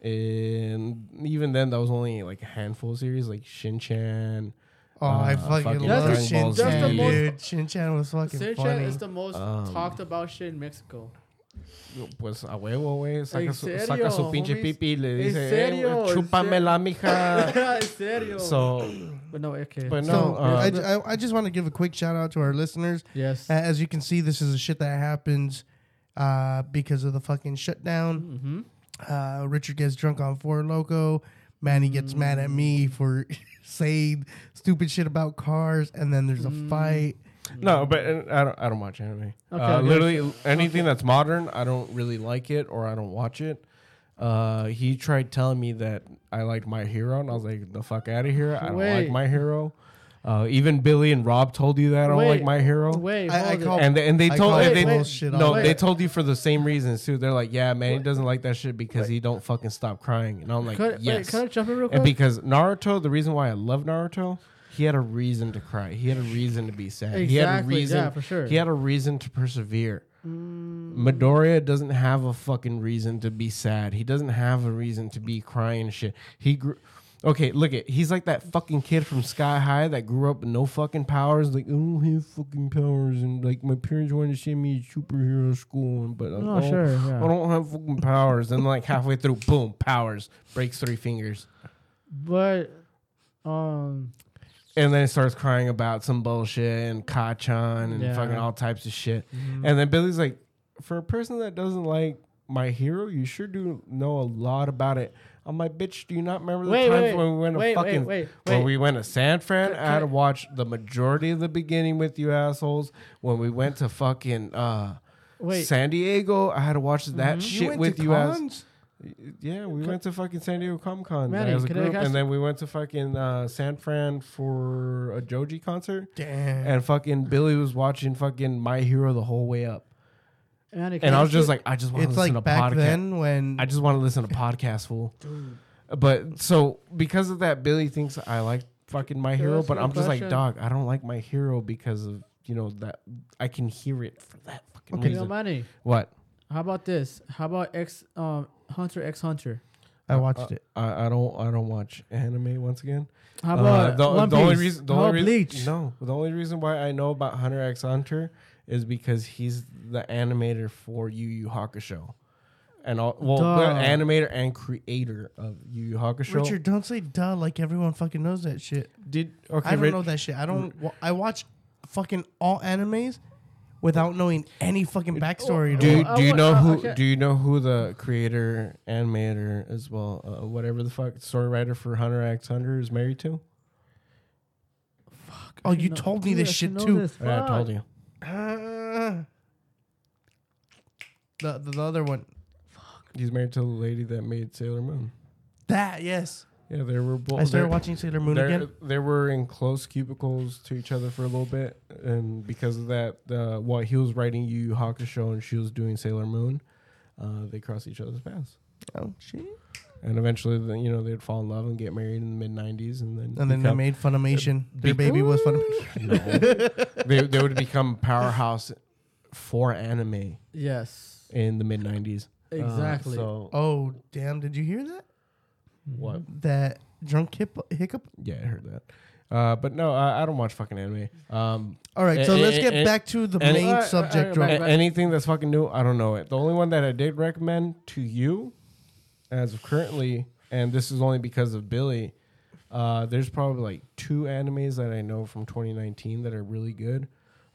and even then that was only like a handful of series like Shin Chan. Oh, I Uh, fucking, fucking love Dragon Ball Shin Z. That's the Chan, most- dude. Shin Chan was fucking Sinchan funny. is the most Um, talked about shit in Mexico. Pues a huevo, güey. Saca, En su, saca su serio, pinche homies. pipi y le En dice, serio, eh, en serio." chúpamela, mija. en serio. so, but no, okay. but no. so uh, I, I, I just want to give a quick shout out to our listeners. yes. A- Um, As you can see, this is the shit that happens uh, because of the fucking shutdown. mm-hmm. Uh, Richard gets drunk on Four Loco. Manny gets mad at me for saying stupid shit about cars, and then there's a Mm. fight. No, but uh, I don't. I don't watch anime. uh, okay. literally anything that's modern, I don't really like it or I don't watch it. Uh, he tried telling me that I liked My Hero, and I was like, "The fuck out of here! I don't like Wait. My Hero." Uh, even Billy and Rob told you that I don't like Wait. My Hero. Wait, I- I hold it. call- And they, and they I told call and they, bullshit on no that. they told you for the same reasons too. They're like, yeah, man, he doesn't like that shit because he don't fucking stop crying. And I'm like, Could- wait, yes. could I jump in real and quick? because Naruto, the reason why I love Naruto, he had a reason to cry. He had a reason to be sad. He had a Exactly, reason. yeah, for sure. He had a reason to persevere. Mm. Midoriya doesn't have a fucking reason to be sad. He doesn't have a reason to be crying and shit. He grew. Okay, look at he's like that fucking kid from Sky High that grew up with no fucking powers. Like I don't have fucking powers, and like my parents wanted to send me to superhero school, but I No, don't, Oh, sure, yeah. I don't have fucking powers. and like halfway through, boom, powers breaks three fingers, but um, and then starts crying about some bullshit and Kachan and Yeah. fucking all types of shit. mhm. And then Billy's like, for a person that doesn't like my hero, you sure do know a lot about it. I'm like, bitch, do you not remember the Wait, times wait, when we went to wait, wait, fucking wait, when wait. we went to San Fran? Can- I had to can- watch the majority of the beginning with you assholes. When we went to fucking uh Wait. Mm-hmm. San Diego, I had to watch that You shit went with to you ass. cons? Yeah, we Co- went to fucking San Diego Comic Con Manny, as a can I group, ask- and then we went to fucking uh, San Fran for a Joji concert, Damn. and fucking Billy was watching fucking My Hero the whole way up, Manny, can and I was ask just you- like, I just want to it's listen like to back podcast. then when I just want to listen to podcasts, fool. But so because of that, Billy thinks I like fucking My Can I Hero, ask but you a I'm just like, question? dog, I don't like My Hero because of you know that I can hear it for that fucking Okay. You know, reason. Manny, What? how about this? How about X um, Hunter X Hunter? I watched Uh, it. I, I don't. I don't watch anime once again. How Uh, about the, One the Piece? only reason, the How only about reason, Bleach? no, the only reason why I know about Hunter X Hunter is because he's the animator for Yu Yu Hakusho, and all, well, Duh. the animator and creator of Yu Yu Hakusho. Richard, don't say duh like everyone fucking knows that shit. did okay. I don't Rich- know that shit. I don't. wa- I watch fucking all animes without knowing any fucking backstory. Do to you, it. Well, I do you would- know uh, who okay. do you know who the creator animator as well uh, whatever the fuck story writer for Hunter X Hunter is married to? Oh, you No, told me dude, this I should shit know too. this. Yeah, I told Fuck. you. Ah. the, the the other one. He's married to the lady that made Sailor Moon. That yes. Yeah, they were both. I started they're- watching Sailor Moon They're- again. They were in close cubicles to each other for a little bit, and because of that, uh, while he was writing Yu Yu Hakusho and she was doing Sailor Moon, uh, they crossed each other's paths, Oh shit. and eventually, then, you know, they'd fall in love and get married in the mid '90s, and then And then they become- made Funimation. Their Beca- baby was Funimation. No. they they would become powerhouse for anime Yes, in the mid '90s. exactly. Uh, so Oh damn! Did you hear that? what? That drunk hip, hiccup. Yeah, I heard that. Uh, but no, I, I don't watch fucking anime. Um, All right, so Eh, let's eh, get eh, back to the eh, main eh, eh, subject. eh, Drunk. A- anything that's fucking new, I don't know it. The only one that I did recommend to you, as of currently, and this is only because of Billy, uh, there's probably like two animes that I know from 2019 that are really good.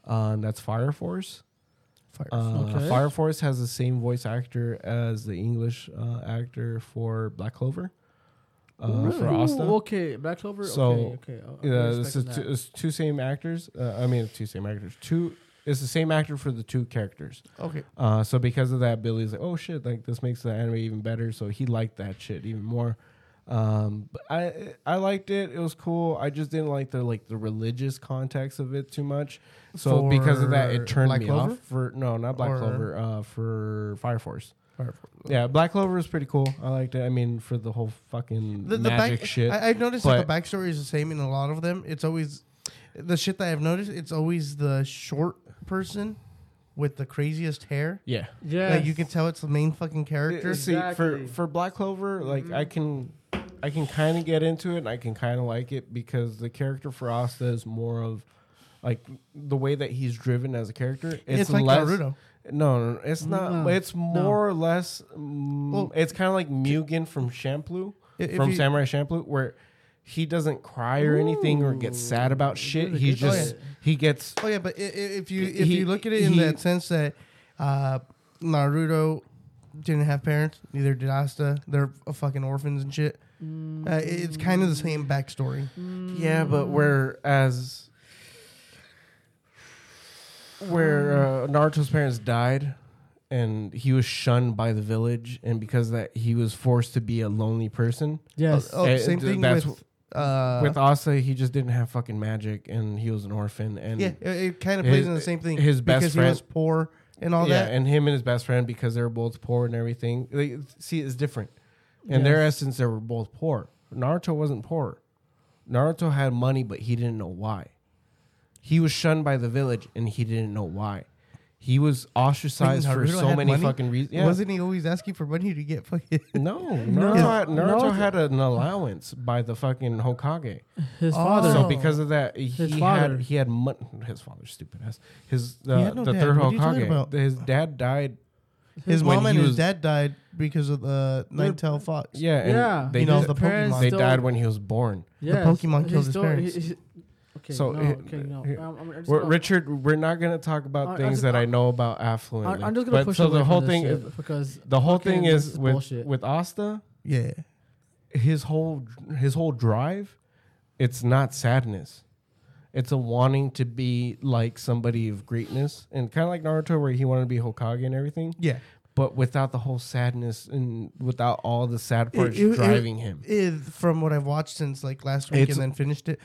Uh, and that's Fire Force. Fire. Uh, Okay. Fire Force has the same voice actor as the English uh, actor for Black Clover. Uh, For Ooh, Asta. okay, Black Clover. So, okay, okay. I- I'm Yeah, this is uh, respecting two, that. it's two same actors. Uh, I mean, two same actors. Two. It's the same actor for the two characters. okay. Uh, so because of that, Billy's like, oh shit, like this makes the anime even better. So he liked that shit even more. Um, but I I liked it. It was cool. I just didn't like the like the religious context of it too much. So because of that, For it turned Black me Clover? off. For no, not Black Or- Clover. Uh, for Fire Force. Fire. Yeah, Black Clover is pretty cool. I liked it. I mean, for the whole fucking The, the magic back, shit. I, I've noticed that the backstory is the same in a lot of them. It's always the shit that I've noticed. It's always the short person with the craziest hair. yeah. Yes. Like you can tell it's the main fucking character. Uh, See, Exactly. for for Black Clover, like Mm-hmm. I can, I can kind of get into it, and I can kind of like it because the character for Asta is more of, like, the way that he's driven as a character. It's, It's, like less. Naruto. No, no, it's not. No, It's more or less. mm, Well, it's kind of like Mugen from Shampoo, I- if from you- Samurai Shampoo, where he doesn't cry or anything or get sad about shit. really He's good just shit. he gets Oh yeah, but i- i- if you if He- you look at it in he- that sense that uh, Naruto didn't have parents, neither did Asta. They're f- fucking orphans and shit. Uh, i- it's kind of the same backstory. Yeah, but whereas where uh, Naruto's parents died and he was shunned by the village and because of that he was forced to be a lonely person. yes. Oh, Eh, same thing that's with. Uh, With Asa, he just didn't have fucking magic and he was an orphan and yeah, it, it kind of plays his- in the same thing. his best because friend- he was poor and all yeah, that. and him and his best friend because they were both poor and everything. They, see, it's different. In their essence, they were both poor. Naruto wasn't poor. Naruto had money, but he didn't know why. He was shunned by the village, and he didn't know why. He was ostracized Wait, for Naruto so had many money? fucking reasons. Yeah. Wasn't he always asking for money to get fucking? no, Naruto, No. Had, Naruto Naruto- had an allowance by the fucking Hokage. His Oh. father. So Oh. because of that, he father. had he had mon- his father's stupid ass. His He uh, had no the dad. third What are you talking Hokage. about? His dad died His When mom he and his was- dad died because of the nine tailed fox. Yeah, and yeah. they You know, did- the parents Pokemon. they still- died when he was born. yes. Pokemon killed He's his still- parents. he- he- okay. So, no, eh, okay. No. here- I'm, I'm just We're, gonna- Richard, we're not gonna talk about I- I things just- that I, I- know about I, affluently. I'm just gonna but push so away the from whole this thing, shit is, because the whole fucking thing this is is with bullshit. with Asta, Yeah. his whole his whole drive, it's not sadness, it's a wanting to be like somebody of greatness, and kind of like Naruto, where he wanted to be Hokage and everything. Yeah. but without the whole sadness and without all the sad parts it- it- driving him. Eh, from what I've watched since like last week It's- and then finished it,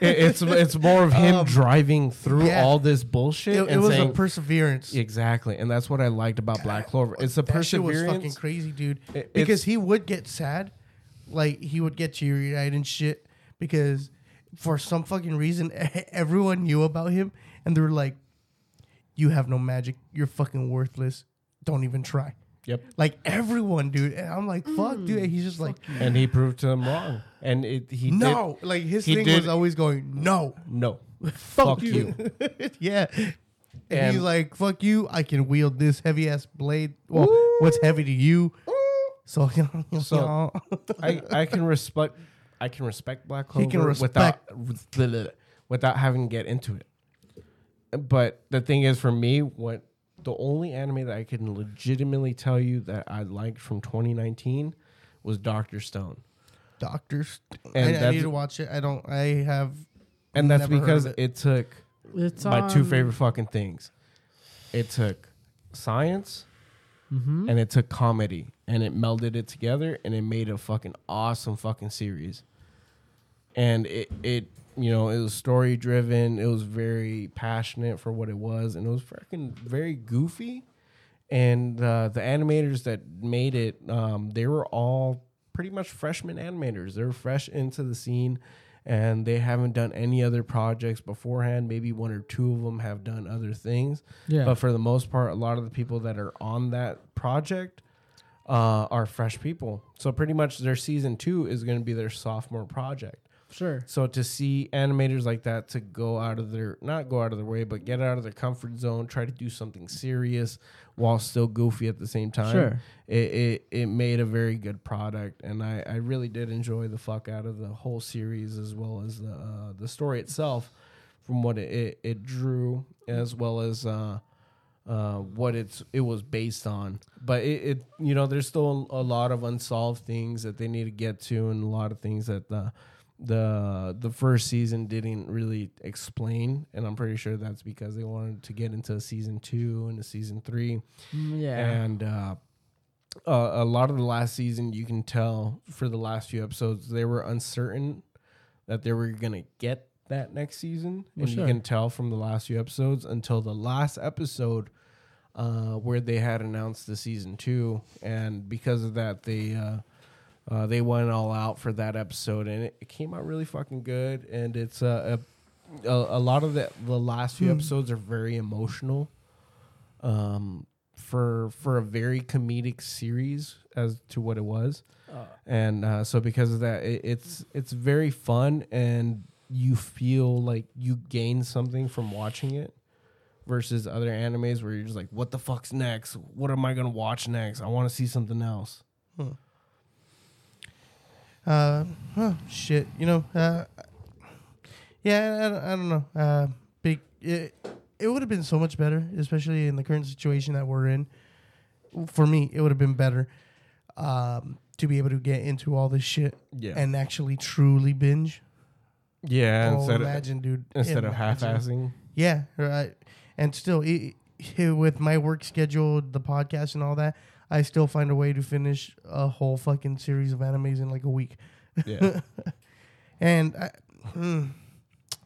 It- it's it's more of him Um, driving through yeah. all this it, bullshit it and was saying a perseverance. exactly, and that's what I liked about Black Clover. It's a That shit was fucking perseverance. crazy, dude. It- because it's- he would get sad, like he would get teary eyed and shit. Because for some fucking reason, everyone knew about him, and they were like, "You have no magic. You're fucking worthless. Don't even try." Yep, Like everyone, dude. And I'm like, "Fuck, dude." He's Mm, just like, and he proved them wrong, and it, he did- "No." like his he thing did- was always going, "No." no, fuck you. yeah. And, And- he's like, fuck you, I can wield this heavy ass blade. Well, what's heavy to you? So, So- I, I can respect I can respect Black Clover He can without with- without having to get into it. But the thing is, for me, what the only anime that I can legitimately tell you that I liked from 2019 was Doctor Stone, doctors. And I, I that's- need to watch it. I don't, I have. and that's Never heard because of it. it. took It's my two on- favorite fucking things. It took science. Mm-hmm. And it took comedy and it melded it together and it made a fucking awesome fucking series. and it it you know it was story driven it was very passionate for what it was and it was freaking very goofy and uh, the animators that made it um, they were all pretty much freshman animators they were fresh into the scene and they haven't done any other projects beforehand maybe one or two of them have done other things Yeah. but for the most part a lot of the people that are on that project uh, are fresh people so pretty much their season two is going to be their sophomore project Sure. so to see animators like that to go out of their not go out of their way, but get out of their comfort zone, try to do something serious while still goofy at the same time. Sure. It it, it made a very good product, and I, I really did enjoy the fuck out of the whole series as well as the uh, the story itself, from what it it, it drew as well as. Uh, uh, what it's it was based on. But it, it you know there's still a lot of unsolved things that they need to get to, and a lot of things that the the the first season didn't really explain. And I'm pretty sure that's because they wanted to get into a season two and a season three Mm, yeah. and uh, uh, a lot of the last season you can tell for the last few episodes they were uncertain that they were gonna get that next season Well, and sure. you can tell from the last few episodes until the last episode uh, where they had announced the season two and because of that they uh, uh, they went all out for that episode and it, it came out really fucking good and it's uh, a, a, a lot of the, the last few episodes are very emotional um, for for a very comedic series as to what it was, Uh, and uh, so because of that, it, it's it's very fun, and you feel like you gain something from watching it versus other animes where you're just like, what the fuck's next? What am I gonna watch next? I want to see something else. Uh, huh, shit. You know, uh, yeah, I- I, don't- I don't know. Uh, big. It, it would have been so much better, especially in the current situation that we're in. For me, it would have been better um, to be able to get into all this shit Yeah, and actually truly binge. yeah. oh, instead imagine, dude. of instead of Imagine. half-assing, Yeah, right. And still, i i with my work schedule, the podcast, and all that, I still find a way to finish a whole fucking series of animes in like a week. yeah. And I, hmm,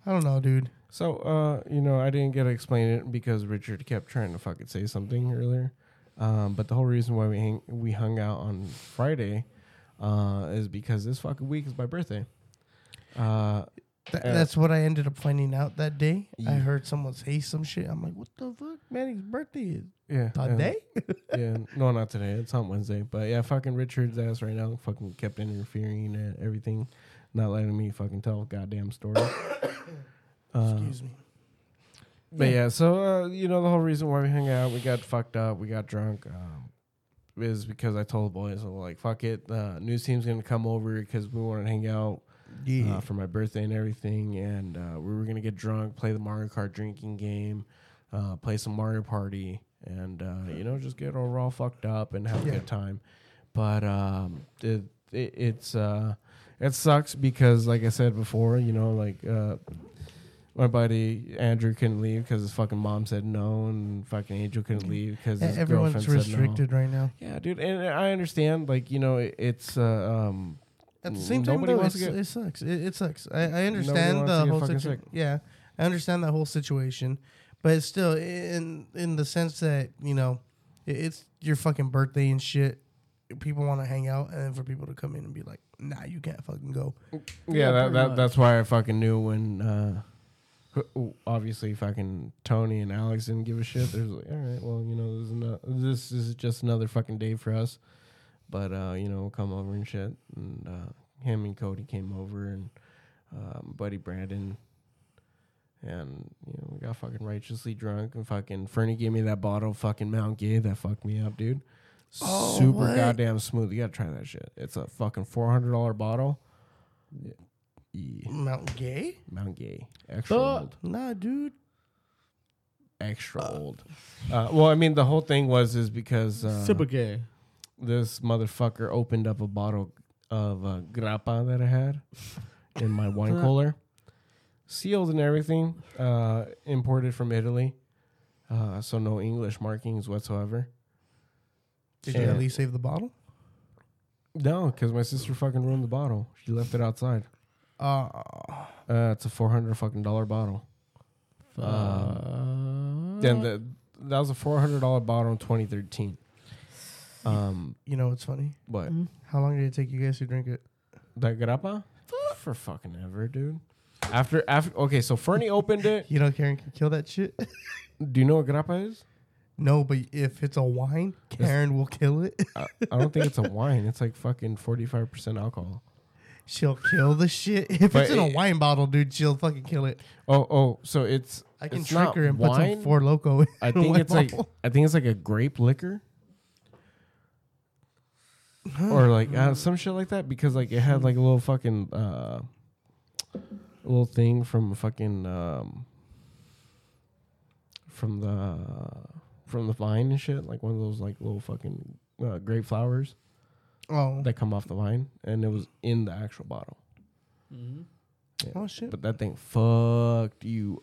I don't know, dude. So, uh, you know, I didn't get to explain it because Richard kept trying to fucking say something earlier. Um, but the whole reason why we hang, we hung out on Friday uh, is because this fucking week is my birthday. Uh, Th- Yeah. that's what I ended up finding out that day. I Yeah. heard someone say some shit. I'm like, what the fuck, man? His birthday is yeah. and- today. yeah. No, not today. It's on Wednesday. But yeah, fucking Richard's ass right now fucking kept interfering and everything, not letting me fucking tell a goddamn story. Uh, Excuse me. But yeah, so uh, you know the whole reason why we hung out, we got fucked up, we got drunk, um, is because I told the boys, I'm like, fuck it, uh, news team's gonna come over because we wanted to hang out Yeah. uh, for my birthday and everything, and uh, we were gonna get drunk, play the Mario Kart drinking game, uh, play some Mario Party, and uh, you know just get overall fucked up and have Yeah. a good time. But um, it, it, it's uh, it sucks because, like I said before, you know, like uh, my buddy Andrew couldn't leave because his fucking mom said no, and fucking Angel couldn't leave because his girlfriend E, Everyone's said restricted right now. no. Yeah, dude, and I understand. Like you know, it, it's uh, um, At the same time, Nobody though, wants it's- to get- it sucks. It, it sucks. I, I Nobody understand wants the to get whole fucking situation. sick. Yeah, I understand that whole situation, but it's still in in the sense that you know, it, it's your fucking birthday and shit. People want to hang out, and for people to come in and be like, "Nah, you can't fucking go." yeah, Yeah, that, pretty that much. that's why I fucking knew when. uh who- Obviously, fucking Tony and Alex didn't give a shit. There's like, all right, well, you know, this is, not, this is just another fucking day for us. But uh, you know, we'll come over and shit. And uh, him and Cody came over, and um, buddy Brandon, and you know, we got fucking righteously drunk. And fucking Fernie gave me that bottle of fucking Mount Gay that fucked me up, dude. Oh, Super what? goddamn smooth. You gotta try that shit. It's a fucking four hundred dollar bottle. Yeah. Yeah. Mount Gay? Mount Gay, extra Fuck. old, Nah, dude. extra old. Uh, well, I mean, the whole thing was is because uh, Super gay. this motherfucker opened up a bottle of uh, grappa that I had in my wine cooler, sealed and everything, uh, imported from Italy. Uh, so no English markings whatsoever. Did you Yeah. at least save the bottle? No, because my sister fucking ruined the bottle. She left it outside. Uh, Uh, it's a four hundred fucking dollar bottle. Um, Then the that was a four hundred dollar bottle in twenty thirteen. Um, you know what's funny? but How long did it take you guys to drink it? that grappa for fucking ever, dude. After after okay, so Fernie opened it. You know, Karen can kill that shit. Do you know what grappa is? no, but if it's a wine, Karen will kill it. I, I don't think it's a wine. It's like fucking forty five percent alcohol. She'll kill the shit. If But it's in a it- wine bottle, dude, she'll fucking kill it. Oh oh, so it's I can it's trick not her and put wine. some four loco in I a think wine it's like bottle. I think it's like a grape liquor. or like uh, some shit like that because like it had like a little fucking uh little thing from fucking um from the from the vine and shit like one of those like little fucking uh, grape flowers oh. that come off the vine and it was in the actual bottle oh shit. but that thing fucked you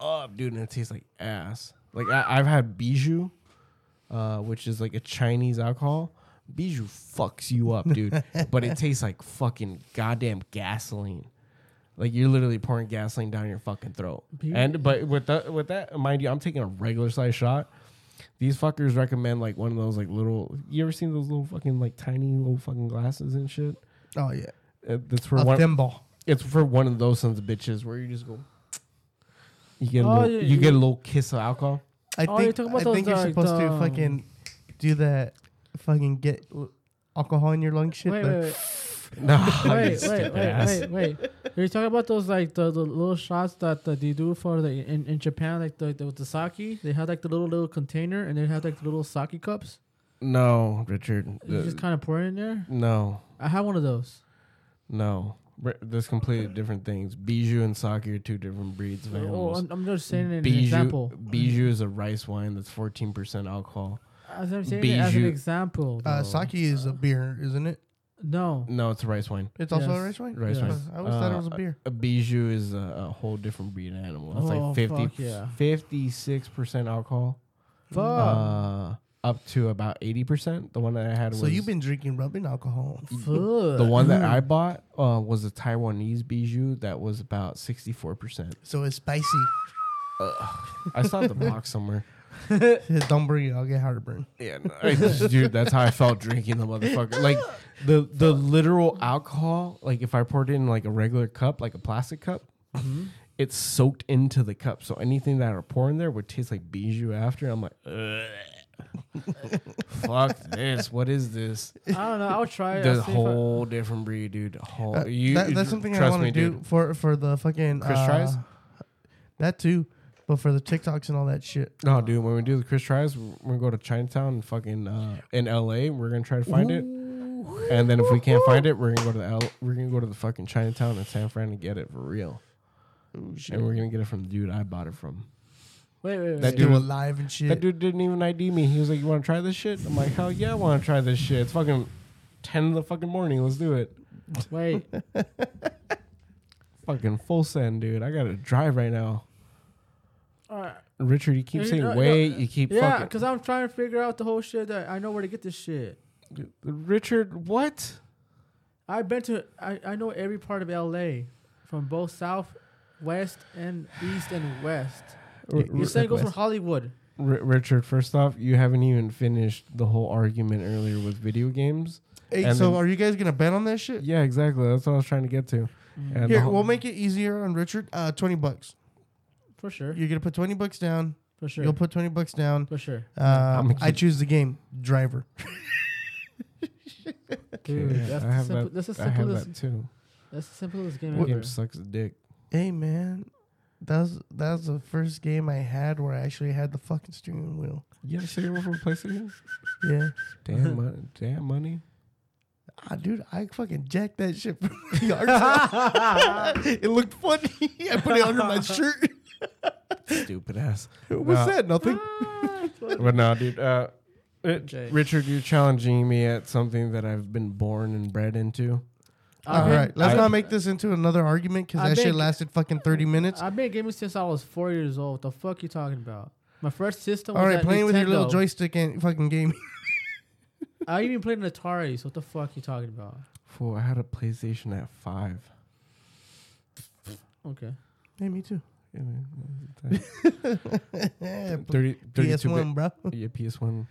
up, dude, and it tastes like ass. Like I, I've had Bijou, uh, which is like a Chinese alcohol. Bijou fucks you up, dude, but it tastes like fucking goddamn gasoline. Like you're literally pouring gasoline down your fucking throat. Beauty. And but with that, with that, mind you, I'm taking a regular size shot. These fuckers recommend like one of those like little. You ever seen those little fucking like tiny little fucking glasses and shit? Oh yeah. Uh, that's for A one. thimble. It's for one of those sons of bitches where you just go. You get a Oh, little, yeah, you yeah. get a little kiss of alcohol. I Oh, you're think talking about I think those, you're uh, supposed to um, fucking do that. Fucking get l- alcohol in your lung shit. Wait, the- wait, wait. No, wait, wait, wait, wait, wait. You're talking about those like the, the little shots that uh, they do for the in, in Japan, like the, the with the sake. They had like the little little container, and they had like the little sake cups. No, Richard. You just kind of pour it in there. no, I had one of those. no. R- There's completely different things. Bijou and sake are two different breeds of Oh, animals. I'm, I'm just saying an Bijou, example. Bijou is a rice wine that's 14% alcohol. As I'm saying it as an Bijou. example. uh, though. sake is a beer, isn't it? No. No, it's a rice wine. It's also Yes. a rice wine. Rice Yeah. wine. I always thought it Uh, was a beer. A Bijou is a, a whole different breed of animal. It's Oh, like 50, fuck yeah. 56% alcohol. Fuck. uh, up to about eighty percent. The one that I had Um, So was you've been drinking rubbing alcohol. Fuck. uh, the one that I bought uh, was a Taiwanese bijou that was about sixty four percent. So it's spicy. I saw the box somewhere. Don't bring it. I'll get heartburn. Yeah, no, I just- dude, that's how I felt drinking the motherfucker. Like the the literal alcohol. Like if I poured it in like a regular cup, like a plastic cup. Mm-hmm. It's soaked into the cup, so anything that I would pour in there would taste like bijou after. I'm like, "Ugh. fuck this! What is this? I don't know. I'll try it. The Oh, I'll see if I- whole different breed, dude. Whole, Uh, you, that- that's something I trust want to me, do dude. for for the fucking Chris uh, tries? That too, but for the TikToks and all that shit. No, dude. When we do the Chris tries, we're gonna go to Chinatown and fucking uh, in L.A. We're gonna try to find it, and then if we can't find it, we're gonna go to the L- we're gonna go to the fucking Chinatown in San Fran and get it for real. And we're gonna get it from the dude I bought it from. Wait, wait, wait. That That dude dude was- alive and shit. That dude didn't even ID me. He was like, "You want to try this shit?" I'm like, "Hell yeah, I want to try this shit." It's fucking ten in the fucking morning. Let's do it. Wait. fucking full send, dude. I gotta drive right now. Alright. Richard, you keep Yeah, saying no, no, wait. you keep Yeah, fucking. because I'm trying to figure out the whole shit that I know where to get this shit. Richard, what? I've been to, I, I know every part of LA from both south, west, and east and west. R- You- You R- said go from Southwest. Hollywood. R- Richard, first off, you haven't even finished the whole argument earlier with video games. Hey, And so then- are you guys gonna bet on that shit? Yeah, exactly. That's what I was trying to get to. Mm, And the Here, whole- we'll make it easier on Richard. Uh, twenty bucks. For sure. You're gonna put twenty bucks down. For sure. You'll put twenty bucks down. For sure. Uh, gonna I keep- choose the game driver. Dude, Yeah, that's, I the have simple, that. that's the I have simplest. that too. That's the simplest game That ever. game sucks dick. Hey man, that was that was the first game I had where I actually had the fucking steering wheel. You got a cigarette from PlayStation? Yeah, Damn money. Damn money. ah, dude, I fucking jacked that shit from the yard. sale. it looked funny. I put it under my shirt. Stupid ass. What's No. that? Nothing. But no, dude. Uh, it- Okay. Richard, you're challenging me at something that I've been born and bred into. I've All been- right, let's I- not make this into another argument because I that shit think- lasted fucking thirty minutes. I've been gaming since I was four years old. The fuck you talking about? My first system. All was right, that playing with your little Nintendo. joystick and fucking gaming. I even played an Atari. So what the fuck you talking about? Fool, I had a PlayStation at five. Okay. Hey, me too. Yeah, man. Yeah, 30, 32 PS One, bro. bit. Yeah, PS1.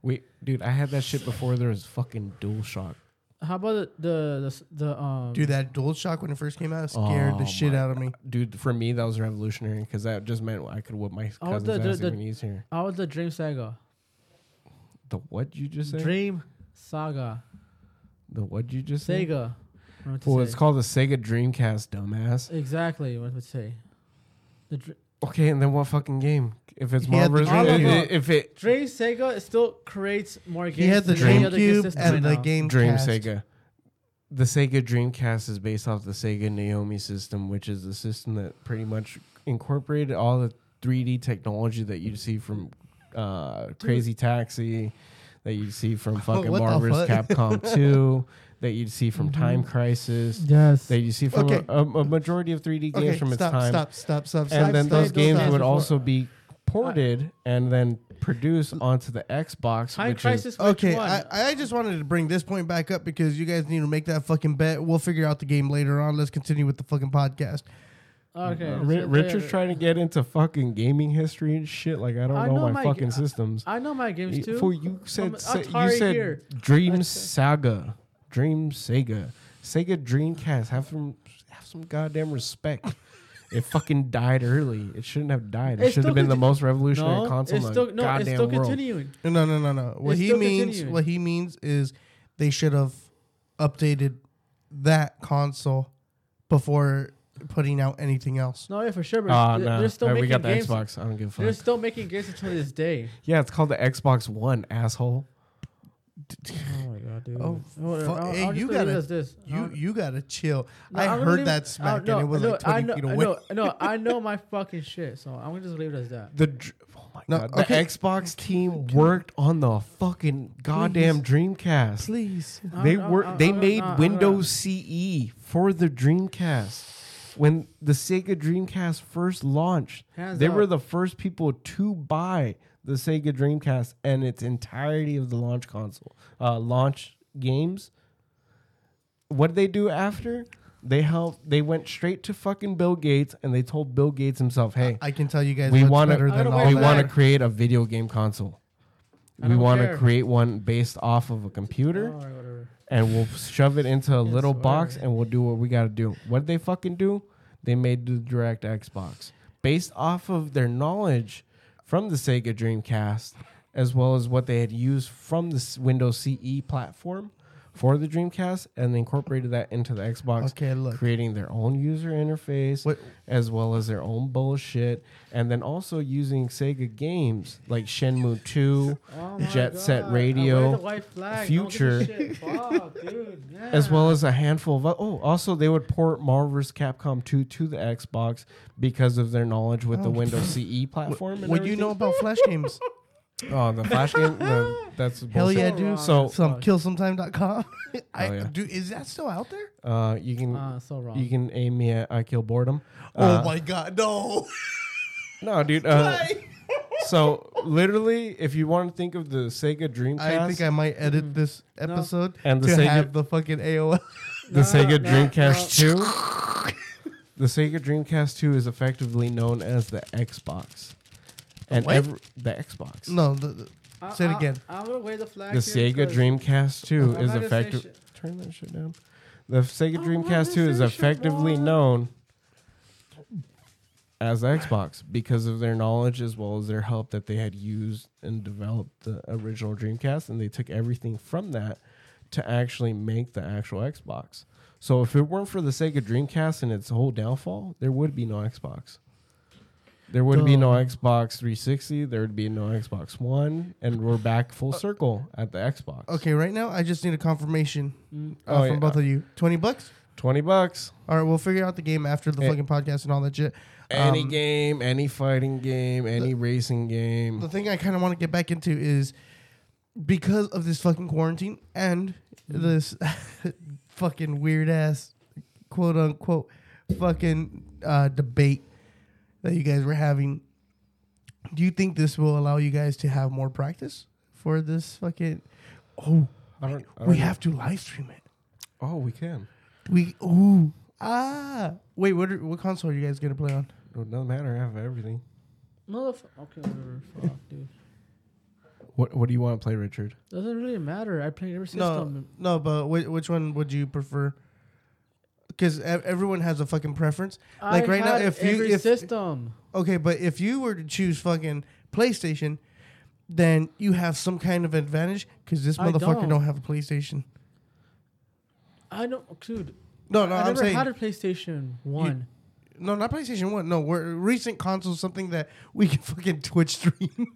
Wait, dude, I had that shit before there was fucking DualShock. How about the the the, the um? Dude, that DualShock when it first came out scared Oh the shit my out of me. Dude, for me, that was revolutionary because that just meant I could whip my Oh, cousin's the- the- ass the- even easier. How was the Dream Saga? The what you just said? Dream Saga. The what you just said? Sega. I meant to Well, say. it's called the Sega Dreamcast, dumbass. Exactly what I would say. The Dr- Okay, and then what fucking game? If it's He had the Marvel, Dream- if, if it Dream Sega still creates more games. He had the than any other game DreamCube system right and the now. Game Dream Cast. Sega, the Sega Dreamcast is based off the Sega Naomi system, which is the system that pretty much incorporated all the 3D technology that you see from uh, Crazy Taxi, that you see from fucking What the Marvel's fuck? Mm-hmm. Capcom 2, that you'd see from Time Crisis, Yes. that you see from Okay. a, a, a majority of 3D games Okay, from its stop, time. stop, stop, stop, stop. and then stop, those stop, games stop. would before- also be ported and then produced onto the Xbox. Time which is- Crisis. which Okay, one? I, I just wanted to bring this point back up because you guys need to make that fucking bet. We'll figure out the game later on. Let's continue with the fucking podcast. okay. Uh, so Ri- they- Richard's trying to get into fucking gaming history and shit. Like I don't I know, know my, my g- fucking systems. I know my games too. For you said From se- you Atari said here. Dream Let's say- Saga, Dream Sega, Sega Dreamcast. Have some have some goddamn respect. it fucking died early. It shouldn't have died. It, It's should still have been the conti- most revolutionary no, console it's in still the no, goddamn it's still world. continuing. No, no, no, no. What It's he still means, continuing. what he means is, they should have updated that console before putting out anything else. No, yeah, for sure. But Ah, they're, no. they're still Uh, making we got the games. Xbox. I don't give They're a fuck. still making games until this day. Yeah, it's called the Xbox One, asshole. Oh my god, dude. Oh, Well, fuck. I'll- Hey, I'll just you leave it gotta- as this. You I'll- you gotta chill. no, I I'm gonna leave heard it- that smack I'll- no, and it was no, like I twenty know, feet away. No, no, I know my fucking shit, so I'm gonna just leave it as that. The dr- oh my No, god, okay. the Xbox team worked on the fucking goddamn Dreamcast. Please. I'm- They I'm- were I'm- they I'm- made I'm- I'm- Windows CE for the Dreamcast. When the Sega Dreamcast first launched, Hands they up. were the first people to buy the Sega Dreamcast and its entirety of the launch console, uh, launch games. What did they do after? They helped. They went straight to fucking Bill Gates and they told Bill Gates himself, "Hey, I can tell you guys we much want better than don't all we wait want to that. wanna- create a video game console. I We don't want to care. create one based off of a computer, Alright, whatever. and we'll shove it into a Yes, little sir. box, and we'll do what we got to do. What did they fucking do? They made the Direct Xbox based off of their knowledge from the Sega Dreamcast, as well as what they had used from the s- Windows CE platform for the Dreamcast, and they incorporated that into the Xbox Okay, look. creating their own user interface What- as well as their own bullshit and then also using Sega games like Shenmue 2 Oh my Jet Set God, I Radio, waved the white flag. Don't give a shit. Fuck, dude, as yeah. well as a handful of oh also they would port Marvel vs. Capcom 2 to the Xbox because of their knowledge with the Windows CE platform and Oh. What do you everything. know about flash games? Oh, the flash game. the- that's bullshit. Hell yeah, So dude. wrong. So- Some Fuck. killsometime.com. I Oh, yeah. dude, is that still out there? Uh, you can Ah, so wrong. you can aim me at I kill boredom. Uh, oh my god, no. No, dude. Uh, so literally, if you want to think of the Sega Dreamcast, I think I might edit this episode And the to Sega- have the fucking AOL. the Sega no, Dreamcast Two. The Sega Dreamcast Two is effectively known as the Xbox, and what? every, the Xbox. no, the, the- I- say it I- again. I'm gonna wave the flag. The here Sega 'cause Dreamcast 2 I'm is not gonna say effective. shit. Turn that shit down. The Sega Oh, I'm not Dreamcast gonna 2 is say shit, effectively boy. known as Xbox because of their knowledge as well as their help that they had used and developed the original Dreamcast, and they took everything from that to actually make the actual Xbox. So if it weren't for the Sega Dreamcast and its whole downfall, there would be no Xbox. There would be no Duh. Xbox 360. There would be no Xbox One, and we're back full circle at the Xbox. Uh, Okay, right now I just need a confirmation uh, Oh, from yeah. both of you. Twenty bucks. Twenty bucks. All right, we'll figure out the game after the Eh. fucking podcast and all that shit. Any Um, game, any fighting game, any racing game. The thing I kind of want to get back into is because of this fucking quarantine and this fucking weird ass quote unquote fucking uh, debate that you guys were having. Do you think this will allow you guys to have more practice for this fucking? Oh, I don't. I don't we know. have to live stream it. Oh, we can. We ooh ah wait. What are, what console are you guys gonna play on? It doesn't matter. I have everything. Motherf- okay, whatever. Fuck, dude. What What do you want to play, Richard? Doesn't really matter. I played every No, system. no, but whi- which one would you prefer? Because everyone has a fucking preference. Like I right now, had if you every if system. okay, but if you were to choose fucking PlayStation, then you have some kind of advantage because this I motherfucker don't. don't. have a PlayStation. I don't, dude. No, no, I I am never saying had a PlayStation One. no, not PlayStation One. No, we're recent consoles, something that we can fucking Twitch stream.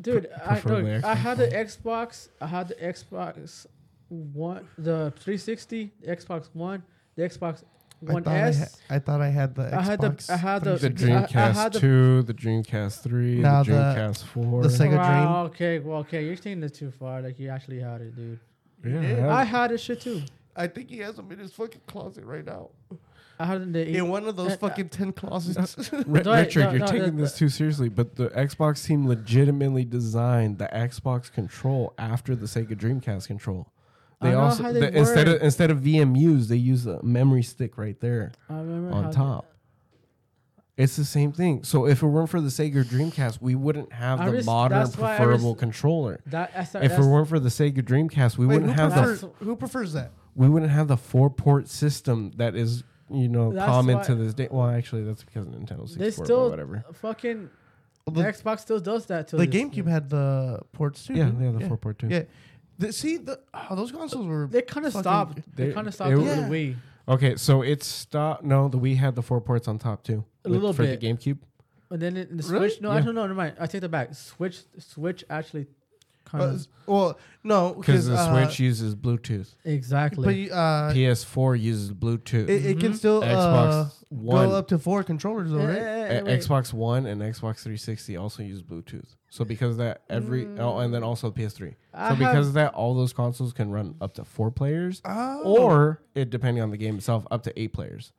dude, I, preferably look, I Xbox had the Xbox. I had the Xbox One, the 360, the Xbox One, the Xbox One I thought I, ha- S. I thought I had the. I had the- Xbox I had the- The 360. Dreamcast I had the- Two, the Dreamcast Three, Nah, the the- Dreamcast Four. the Sega wow, okay, well, okay, you're taking it too far. Like you actually had it, dude. Yeah, I had this shit too. I think he has them in his fucking closet right now. I had the In one of those Uh, uh, fucking ten closets. Ri- No, I- Richard, no, you're no, taking the- this too seriously, but the Xbox team legitimately designed the Xbox control after the Sega Dreamcast control. I They know also how they the- instead work. of instead of VMUs, they use a memory stick right there I remember how on the- top. It's the same thing. So if it weren't for the Sega Dreamcast, we wouldn't have I the res- modern that's why I res- preferable controller. That that's, If it that's- weren't for the Sega Dreamcast, we Wait, wouldn't who have the prefers, who prefers that? we wouldn't have the four port system that is you know That's common why- to this day. Well, actually, that's because Nintendo they 64 still or whatever. fucking The, the Xbox still does that to the this. GameCube had the ports too. Yeah, didn't they have it? the four port too. Yeah, The- see, the, oh, those consoles were. They kind of fucking- stopped. They They- kind of it stopped with was- the Wii. Okay, so it's stop. No, the Wii had the four ports on top too. A with- little for bit. the GameCube. And then it, the Really? Switch. No, Yeah. actually, no, never mind. I take that back. Switch, Switch actually kind Uh, of well, no, Because because the uh, Switch uses Bluetooth. exactly. But you, uh, PS4 uses Bluetooth. it, it can Mhm. still uh, Xbox One, go up to four controllers though, Eh, right? eh, eh, uh, wait. Xbox One, and Xbox 360 also use Bluetooth. So because of that every oh, and then also PS3. Mm. I so because have- of that, all those consoles can run up to four players, Oh. or it depending on the game itself, up to eight players.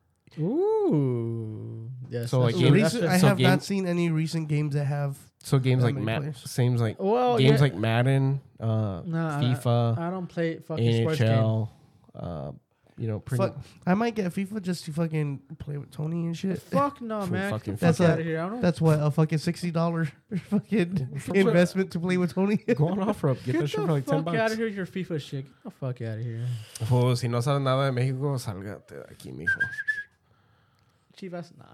Ooh. Yes. So, that's like, true. you- That's Recent, true. I so have game- not seen any recent games that have. So games That like many Mad, players. seems like Well, games Oh, yeah. like Madden, uh, Nah, I- FIFA, I don't play fucking sports games. NHL. Uh, you know, pretty Fuck, I might get FIFA just to fucking play with Tony and shit. Fuck no, For man. Get fucking the That's fuck out a- of here. I don't. That's what a fucking sixty dollar fucking For- investment to play with Tony. Go on offer up. Get, Get that shit for the like ten fuck out bucks. of here, with your FIFA shit. Get the fuck out of here. Oh, si no sabes nada de México, salgate de aquí, mijo. Chivas, nah.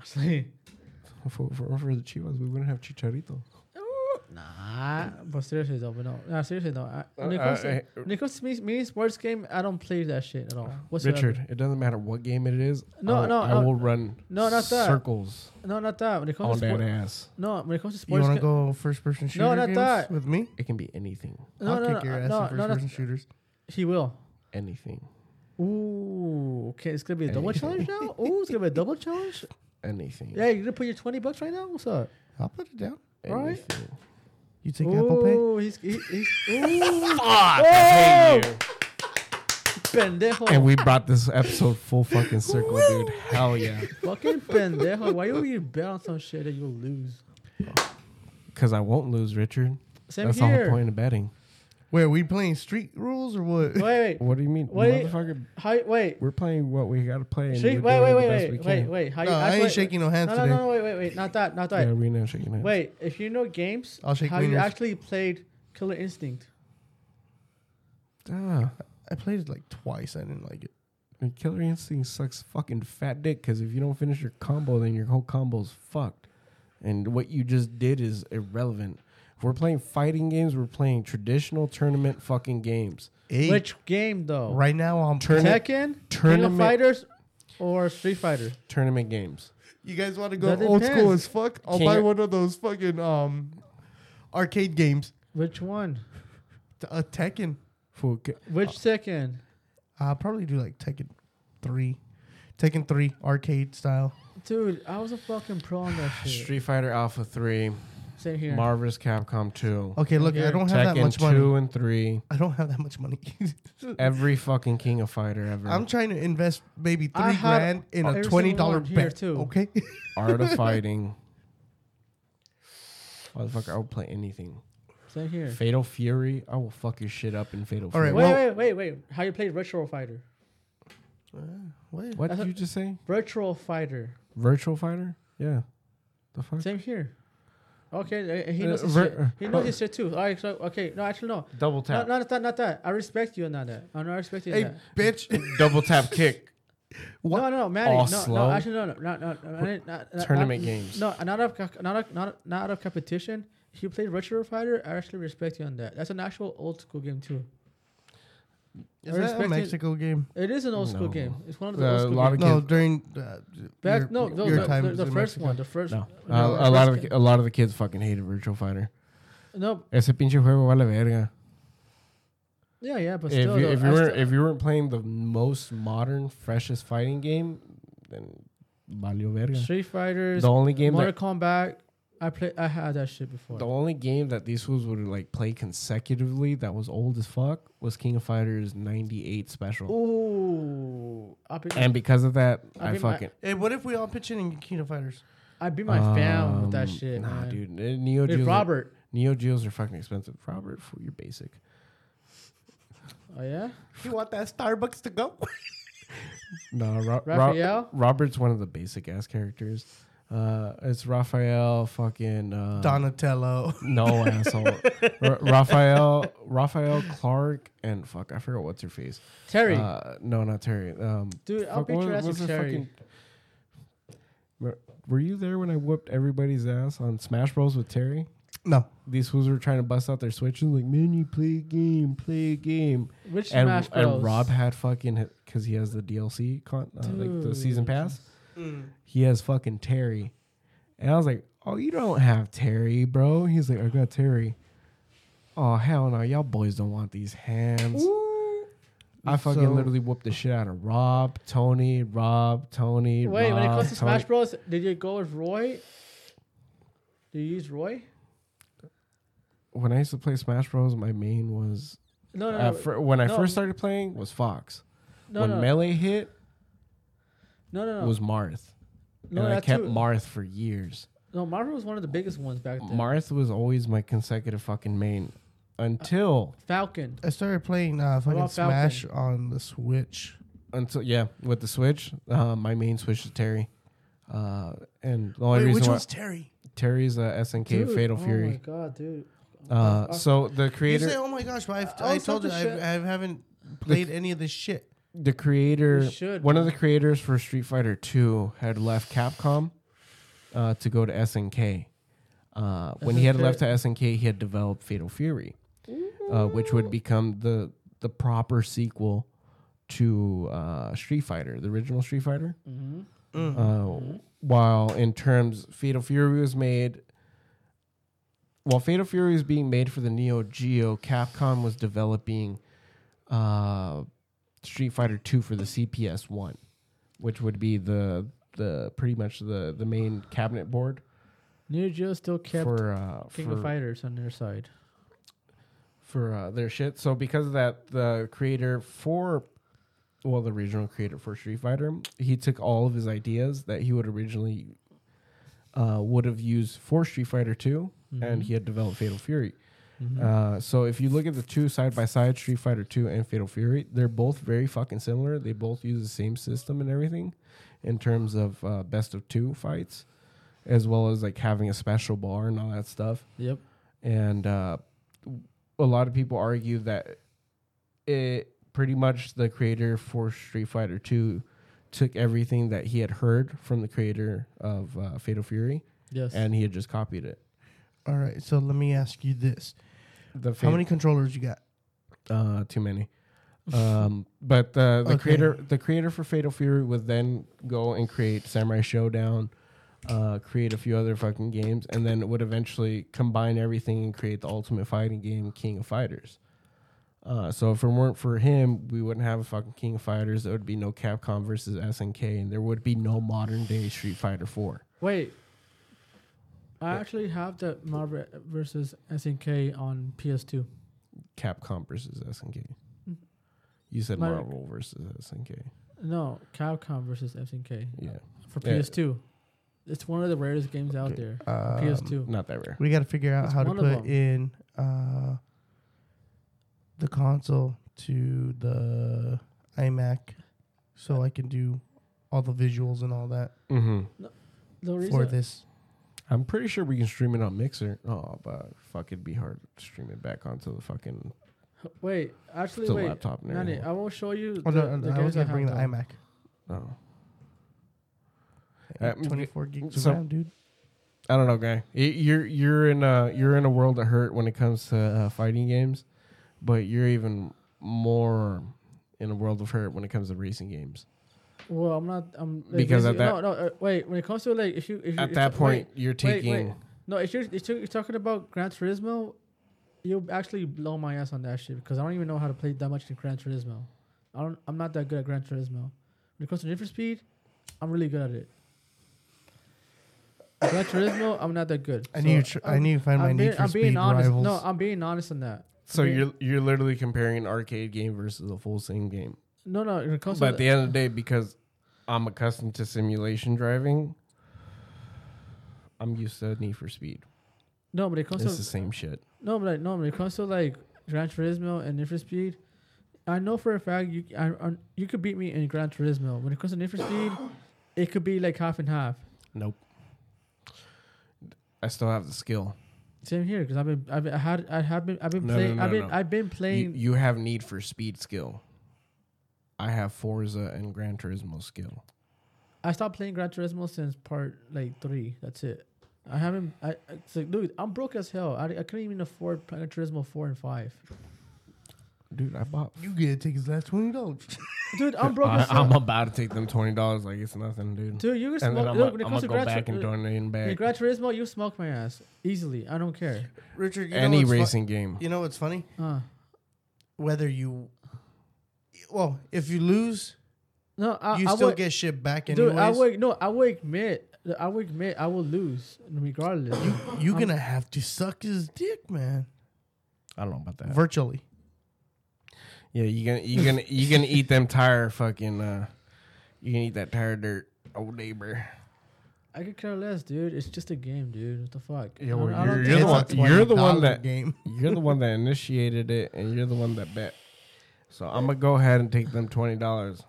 For, for, for the Chivas, we wouldn't have Chicharito. Nah, but seriously though, but no, nah, seriously though. I, when, it Uh, comes to, I- when it comes to me, me sports game, I don't play that shit at all. Whatsoever. Uh, Richard, it doesn't matter what game it is. No, I will, no, I no. will run No, not that. circles no, not that. When it comes on to that sports, ass. no, when it comes to You sports, want to ga- go first person shooter not games that. with me? It can be anything, no, I'll no, kick no, your ass no, in first no, no, person shooters. he will. anything, Ooh, okay, it's gonna be a double Hey. challenge now. Ooh, it's gonna be a double challenge. anything, Yeah, you're gonna put your twenty bucks right now. What's up? I'll put it down. right. anything. You You take Apple Pay? Ooh, he's, he, he's ooh, Fuck, I hate Whoa! you. pendejo. And we brought this episode full fucking circle, dude. Hell yeah. Fucking pendejo. Why you even bet on some shit that you'll lose? Because I won't lose, Richard. Same That's the here. whole point of betting. Wait, are we playing street rules or what? Wait, wait. What do you mean? Wait. Motherfucker, How, wait. we're playing what we got to play. And Shake- we're wait, doing wait, the wait, best we wait, wait, can. wait. How No, I act ain't like- shaking no hands No, no, today. no, no, wait, wait, wait. Not that, not that. Yeah, we know shaking hands. Wait, if you know games, I'll shake how you wieners. actually played Killer Instinct? Ah, I played it like twice. I didn't like it. and Killer Instinct sucks fucking fat dick because if you don't finish your combo, then your whole combo's fucked. And what you just did is irrelevant. If we're playing fighting games, we're playing traditional tournament fucking games. Eight. Which game though? right now I'm Turn it- Tekken, King of tournament- Fighters, or Street Fighter? Tournament games. You guys want to go That old school depends. as fuck? I'll King- buy one of those fucking um arcade games. Which one? T- uh, Tekken. Fool, ca- Uh, Which Tekken? I'll probably do like Tekken three, Tekken three arcade style. Dude, I was a fucking pro on that shit. Street Fighter Alpha 3, Same here. Marvel's Capcom 2, Okay, look, I Okay. don't have that Tekken much money. 2 and 3, I don't have that much money. every fucking King of Fighter ever. I'm trying to invest maybe I three have grand in a every twenty dollar single one here, bet. too. Okay, Art of Fighting. Motherfucker, I will play anything. Same here. Fatal Fury, I will fuck your shit up in Fatal All right, Fury. Wait, Well- wait, wait, wait. How you played Retro Fighter? what? What did That's- you just say? Retro Fighter. Virtual Fighter? Yeah. The fuck? Same here. Okay, uh, he Uh, knows his ver- shit. He knows his shit too. All right, so, okay. No, actually, no. Double No, tap. no, not that, not that. I respect you on that. eh. I know I respect you. on Hey, that. bitch! Double tap kick. What? No, no, no, Manny. All no, slow? no, actually, no, no, no, no, no, Manny, not, not, Tournament not, games. No, not out of not out, not, not out of competition. If you played Retro Fighter, I actually respect you on that. That's an actual old school game too. Is that a respected- Mexico game? It is an old school No. game. It's one of the Uh, old a school lot games. of No, kids. during uh, Back your, no, no, your the, time the, was the in first Mexico. one, the first. No. no, Uh, the a lot of first the, a lot of the kids fucking hated Virtual Fighter. game. no, Ese pinche juego vale verga. yeah, yeah, but If still, you, though, if I you weren't still- if you weren't playing the most modern, freshest fighting game, then valió verga. Street Fighters, The only game Mortal that Kombat, I play, I had that shit before. the only game that these fools would like play consecutively that was old as fuck was King of Fighters '98 Special. Ooh, I beat, And because of that, I I, mean, my- fucking Hey, what if we all pitch in and Kino Fighters? I beat my fam with that Um, shit, Nah, man. dude, uh, Neo Dude, Geos. Are, Robert. Neo Geos are fucking expensive. Robert, fool, you're basic. Oh yeah, You want that Starbucks to go? No, Ro- Ro- Raphael. Robert's one of the basic ass characters. Uh, it's Raphael, fucking uh, Donatello. No asshole. R- Raphael, Raphael Clark, and fuck, I forgot what's her face. Terry. Uh, no, not Terry. Um, Dude, I'll fuck, beat what- your ass what's with her Terry. fucking- Were- Were you there when I whooped everybody's ass on Smash Bros with Terry? No, These fools were trying to bust out their switches, like, man, you play a game, play a game. Which And, Smash Bros? and Rob had fucking, because he has the DLC, con, uh, like the season Dude. pass, Mm. he has fucking Terry. And I was like, oh, you don't have Terry, bro. He's like, I got Terry. Oh, hell no. Y'all boys don't want these hands. I fucking So- literally whooped the shit out of Rob, Tony, Rob, Tony. Wait, Rob, when it comes to Tony. Smash Bros, did you go with Roy? Did you use Roy? When I used to play Smash Bros, my main was No, no, at no, fir- when I no. first started playing was Fox. Uh, no, when no, Melee hit no, no, no. was Marth. no, and I that kept too. Marth for years. no, Marvel was one of the biggest ones back then. Marth was always my consecutive fucking main until Falcon. I started playing uh, fucking about Smash on the Switch. until yeah with the Switch. Uh, my main Switch is Terry, uh, and the only Wait, which reason why one's Terry? Terry's uh, SNK Dude, Fatal oh my Fury. god, dude. Uh, Uh, so the You say, creator, oh my gosh, but I've, I I was told you talking I've, shit. I haven't played any of this shit. the creator, You should, one of the man. creators for Street Fighter Two, had left Capcom uh, to go to SNK. Uh, when he had SNK. left to SNK, he had developed Fatal Fury, uh, which would become the the proper sequel to uh, Street Fighter, the original Street Fighter. Mm-hmm. Mm. Uh, while in terms, Fatal Fury was made. While Fatal Fury was being made for the Neo Geo, Capcom was developing uh, Street Fighter Two for the CPS One, which would be the the pretty much the the main cabinet board New Geo still kept for uh, King of for Fighters on their side. for uh, their shit. So because of that, the creator for, well, the original creator for Street Fighter, he took all of his ideas that he would originally uh, would have used for Street Fighter 2 and Mhm. he had developed Fatal Fury. Mhm. Uh, so if you look at the two side by side, Street Fighter 2 and Fatal Fury, they're both very fucking similar. They both use the same system and everything in terms of uh, best of two fights, as well as like having a special bar and all that stuff yep. and uh, a lot of people argue that it pretty much the creator for Street Fighter Two took everything that he had heard from the creator of uh, Fatal Fury Yes. and he had just copied it. All right, so let me ask you this: The How many controllers you got? Uh, too many. Um, but the the Okay. creator the creator for Fatal Fury would then go and create Samurai Showdown. Uh, create a few other fucking games, and then would eventually combine everything and create the ultimate fighting game, King of Fighters. Uh, so if it weren't for him, we wouldn't have a fucking King of Fighters. There would be no Capcom versus SNK, and there would be no modern day Street Fighter Four. Wait. I Yeah. actually have the Marvel versus SNK on PS2. Capcom versus SNK. You said Mar- Marvel versus SNK. No, Capcom versus SNK Yeah, for Yeah. PS2. It's one of the rarest games out Okay. there. Um, PS2. not that rare. We got to figure out It's how to one of put them. in uh, the console to the iMac, so I can do all the visuals and all that Mm-hmm. The for reason, this. I'm pretty sure we can stream it on Mixer. Oh, but fuck, it'd be hard to stream it back onto the fucking wait, actually, to the wait, laptop and Nani, everything. I will show you. Oh the, no, no, the I games was gonna have bring the though. iMac. Oh. Uh, Twenty-four gigs so- of RAM, dude. I don't know, guy. Y- You're you're in a you're in a world of hurt when it comes to uh, fighting games, but you're even more in a world of hurt when it comes to racing games. Well, I'm not. I'm like, Because at basically- that- no, no. Uh, wait, when it comes to like, if you if you, At if that you- point, you're wait, taking wait. wait. no, if you're if you're talking about Gran Turismo, you'll actually blow my ass on that shit because I don't even know how to play that much in Gran Turismo. I don't. I'm not that good at Gran Turismo. When it comes to Need for Speed, I'm really good at it. Gran Turismo, I'm not that good. I So, need to tr- I I'm- need to find my I'm Need being, for I'm Speed being honest. rivals. No, I'm being honest on that. so okay. you're you're literally comparing an arcade game versus a full sim game. No, no. When it comes but to at the end of the day, because I'm accustomed to simulation driving, I'm used to Need for Speed. no, but it comes It's to the same shit. No, but like, no, when it comes to like Gran Turismo and Need for Speed, I know for a fact you I, I, you could beat me in Gran Turismo. When it comes to Need for Speed, it could be like half and half. Nope. I still have the skill. Same here because I've been I've been, I had I have been I've been No, playing no, I've no, been no. I've been You, playing. you have Need for Speed skill. I have Forza and Gran Turismo skill. I stopped playing Gran Turismo since part like three. That's it. I haven't. I it's like, dude, I'm broke as hell. I, I couldn't even afford Gran Turismo four and five. Dude, I bought. You get to take his last twenty dollars. Dude, I'm broke I, as hell. I'm about to take them twenty dollars like it's nothing, dude. dude, you can and smoke. then I'm, Look, when gonna- it I'm comes gonna to go Gran, back and Tur- uh, donate when back Gran Turismo, you smoke my ass easily. I don't care. Richard, you any know what's fu- racing game. you know what's funny? Uh. Whether you, well, if you lose, No, I, you I still would, get shit back anyways. dude. I would no. I would admit. I would admit. I will lose regardless. You're gonna have to suck his dick, man. I don't know about that. Virtually. Yeah, you gonna you gonna you gonna eat them tire fucking. uh You can eat that tire dirt, old neighbor. I could care less, dude. It's just a game, dude. What the fuck? Yeah, I well, don't- I you're- don't think- you're the It's a one- you're the one $20 that- game. You're the one that initiated it, and you're the one that bet. So I'm gonna go ahead and take them twenty dollars.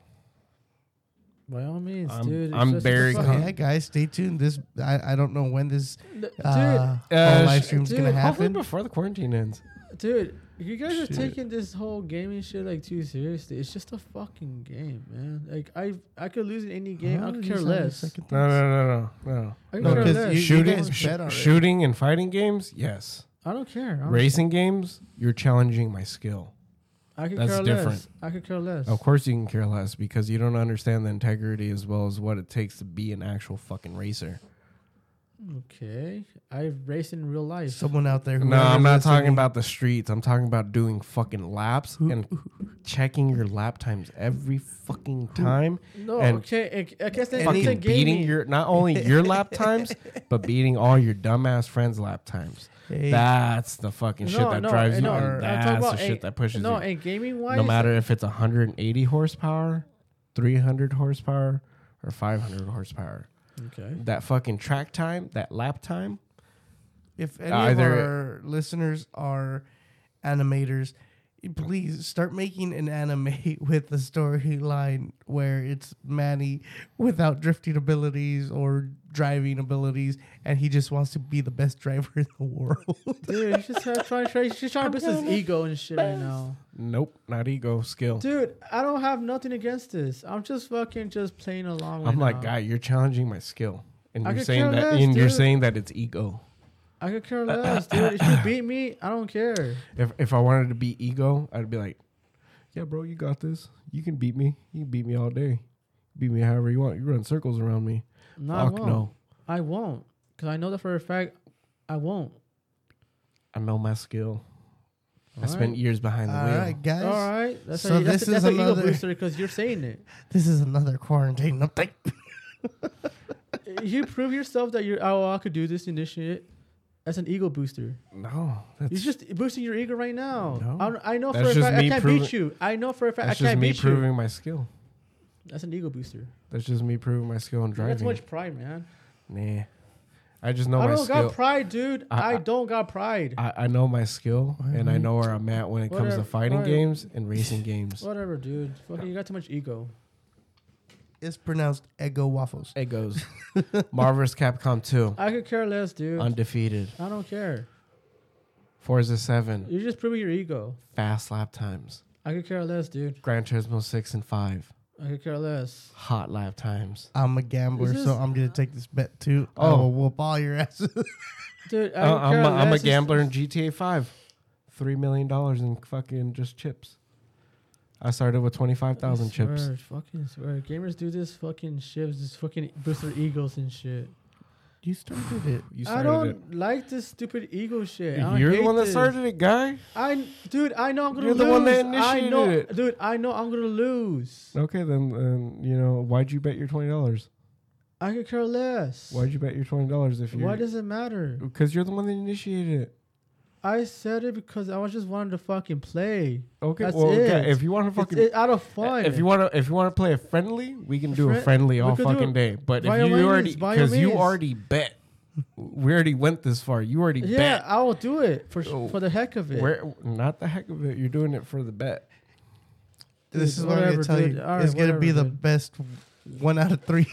By all means, I'm- dude. it's I'm just- it's very a So, fucking- con- yeah, guys, stay tuned. This I, I don't know when this Dude, uh, whole Uh, live sh- stream's gonna dude, Hopefully happen. before the quarantine ends. dude, you guys are Shit. taking this whole gaming shit like too seriously. It's just a fucking game, man. Like I, I could lose in any game. I Well, could he's care on less. second No, thoughts. no, no, no, I could No, care 'cause less. no. you- Shooting, guys sh- bet already. Oh. shooting, and fighting games, yes. I don't care. I, don't- Racing games, you're challenging my skill. I could that's care less. different. I could care less. Of course, you can care less because you don't understand the integrity as well as what it takes to be an actual fucking racer. Okay, I've raced in real life. Someone out there. No, whoever I'm not listening, talking about the streets. I'm talking about doing fucking laps and checking your lap times every fucking time No, And okay. I, I guess that's fucking instant fucking gaming. beating your not only your lap times, but beating all your dumbass friends' lap times. Hey. That's the fucking shit No, that no, drives you, no, I'm and talking that's the about shit a- that pushes no, you. and gaming wise, No matter if it's 180 horsepower, 300 horsepower, or 500 horsepower, Okay. that fucking track time, that lap time, If Uh, any Either- of our listeners are animators, please start making an anime with a storyline where it's Manny without drifting abilities or driving abilities, and he just wants to be the best driver in the world. Dude, he's just trying, trying, trying, she's trying to boost his ego and shit right now. nope, not ego, skill. Dude, I don't have nothing against this. I'm just fucking just playing along. I'm right like, now. guy, you're challenging my skill, and I you're could saying care that, less, and you're dude. saying that it's ego. I could care less, dude. If you beat me, I don't care. If if I wanted to be ego, I'd be like, yeah, bro, you got this. You can beat me. You can beat me all day. Beat me however you want. You run circles around me. No, I Fuck won't. no. I won't, because I know that for a fact. I won't. I know my skill. I All spent right. years behind the All wheel. right, guys. All right, that's So a, that's, this a, is that's an ego another- booster because you're saying it. This is another quarantine update. you prove yourself that you're oh I could do this and this shit. That's an ego booster. No, that's You're just boosting your ego right now. No. I, don't- I know That's for a just fact I me can't proving- beat you. I know for a fact that's I just can't me beat proving my skill. you. That's an ego booster. That's just me proving my skill in That's driving. much pride, man. nah, I just know I my don't skill. got pride, dude. I- I, I- don't got pride. I, I know my skill, and I know where I'm at when it comes to Whatever, fighting alright. games and racing games. Whatever, dude. Fucking, you got too much ego. It's pronounced Ego Waffles. It goes Marvel's Capcom 2, I could care less, dude. undefeated. I don't care. Forza 7, You're just proving your ego. fast lap times. I could care less, dude. Gran Turismo 6 and 5, I could care less. hot lap times. I'm a gambler, This so is- I'm gonna take this bet too. I Oh. will whoop all your asses. Dude, Uh, I could care I'm, a, I'm a less. gambler in GTA 5. $3 million in fucking just chips. I started with 25,000 I chips. swear, Fucking swear. Gamers do this fucking shit. Just fucking boost their egos and shit. you started it. You I started don't it. like this stupid ego shit. I You're the hate one that this. started it, guy. I, dude, I know I'm gonna You're lose. the one that I know, initiated dude. I know I'm gonna lose. Okay, then, then you know why'd you bet your twenty dollars? I could care less. Why'd you bet your twenty dollars if you? Why does it matter? Because you're the one that initiated it. I said it because I was just wanting to fucking play. Okay, That's well, it. okay, if you want to It's fucking, it, out of fun. if you want to, if you want to play a friendly, we can do a Friend- friendly we all could do fucking it. day. But By if all you means, already, by all because you means. already bet, we already went this far. You already yeah, bet. I will do it for sh- Oh. for the heck of it. Where not the heck of it, you're doing it for the bet. Dude, this is what I'm whatever, gonna tell dude. you. All it's right, gonna be whatever, the dude. best one out of three.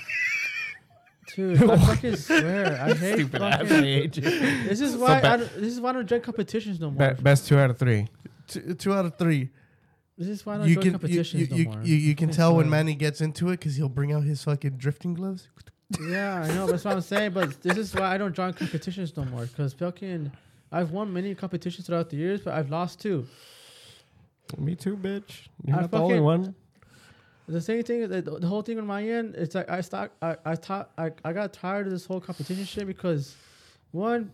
Dude, I fucking swear. I hate Stupid ass fucking. age. This is why ba- I don't, this is why I don't join competitions no more. Be- best two out of three. two, two out of three. This is why I don't You join can you, competitions you, you, no more. you, you can Fucking tell when swear. Manny gets into it because he'll bring out his fucking drifting gloves. Yeah, I know. That's what I'm saying. But this is why I don't join competitions no more. Because fucking, I've won many competitions throughout the years, but I've lost two. Me too, bitch. You're I not the only fucking- one. The same thing. The, the whole thing on my end. It's like I stock. I I, ta- I I got tired of this whole competition shit because, one,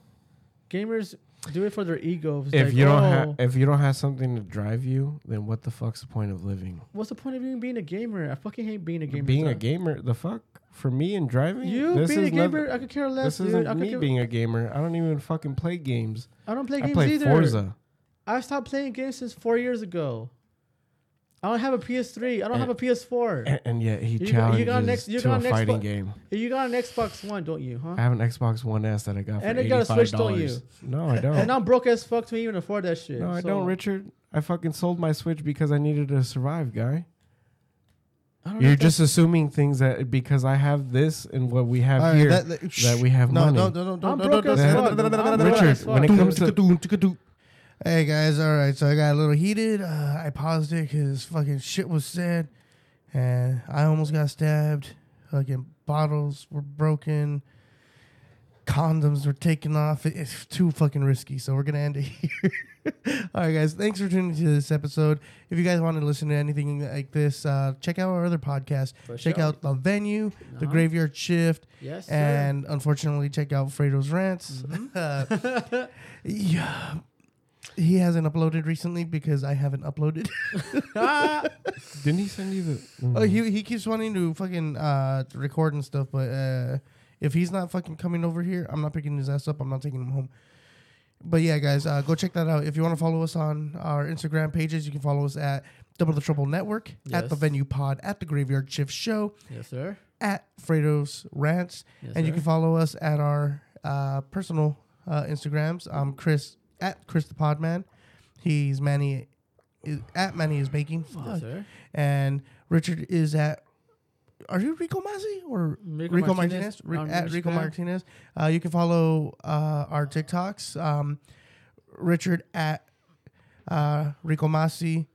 gamers do it for their egos. if Like, you don't "Oh, have if you don't have something to drive you, then what the fuck's the point of living? what's the point of even being a gamer? I fucking hate being a gamer. being a son. gamer, the fuck for me and driving. You being a noth- gamer, I could care less, This dude. I, isn't could me care, being a gamer. I don't even fucking play games. I don't play I games play either. Forza. I stopped playing games since four years ago. I don't have a PS3. I don't And- have Eh. a PS4. And, and yet he got- you challenges got next- you to got a next fighting bu- game. You got an Xbox One, don't you? I Huh? have an Xbox One S that I got for And eighty you got a five Switch, don't dollars. you? No, I And don't. I'm broke as fuck to even afford that shit. no, I so- don't, Richard. I fucking sold my Switch because I needed to survive, guy. I don't know You're if just assuming things that because I have this and what we have All right, here that- that, that- we have No, money. no, no, no, no, I'm no, no, broke no, as no, fuck. no, no, no, I'm no, no, broke Richard, as fuck. when it comes to no. Hey guys, all right. So I got a little heated. Uh, I paused it because fucking shit was said, and I almost got stabbed. Fucking bottles were broken. Condoms were taken off. It- It's too fucking risky. So we're gonna end it here. all right, guys. Thanks for tuning to this episode. If you guys want to listen to anything like this, uh, check out our other podcast. For check sure. out the venue, the Uh-huh. Graveyard Shift Yes, sir. and unfortunately check out Fredo's rants. Uh, yeah, He hasn't uploaded recently because I haven't uploaded. Didn't he send you the? mm. oh, he he keeps wanting to fucking uh, record and stuff, but uh, if he's not fucking coming over here, I'm not picking his ass up. I'm not taking him home. But yeah, guys, uh, go check that out. If you want to follow us on our Instagram pages, you can follow us at Double the Trouble Network, at the Yes. Venue Pod, at the Graveyard Shift Show, Yes, sir. at Fredo's Rants, Yes, and you sir. can follow us at our uh, personal uh, Instagrams. I'm Chris at Chris the Podman. He's Manny is, at Manny is baking. Fuck. Yes, sir. And Richard is at. Are you Rico Massey or Rico Rico, Martinez? Martinez Ri- on at Rico Instagram. Martinez. Uh, you can follow uh, our TikToks. Um, Richard at uh, Rico Massey.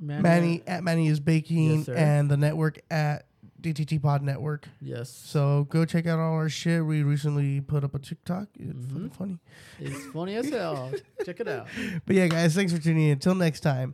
Manny. Manny at Manny is baking, Yes, sir. and the network at DTT Pod Network. Yes. So go check out all our shit. We recently put up a TikTok. It's fucking funny. It's funny as hell. Check it out. But yeah, guys, thanks for tuning in. Until next time.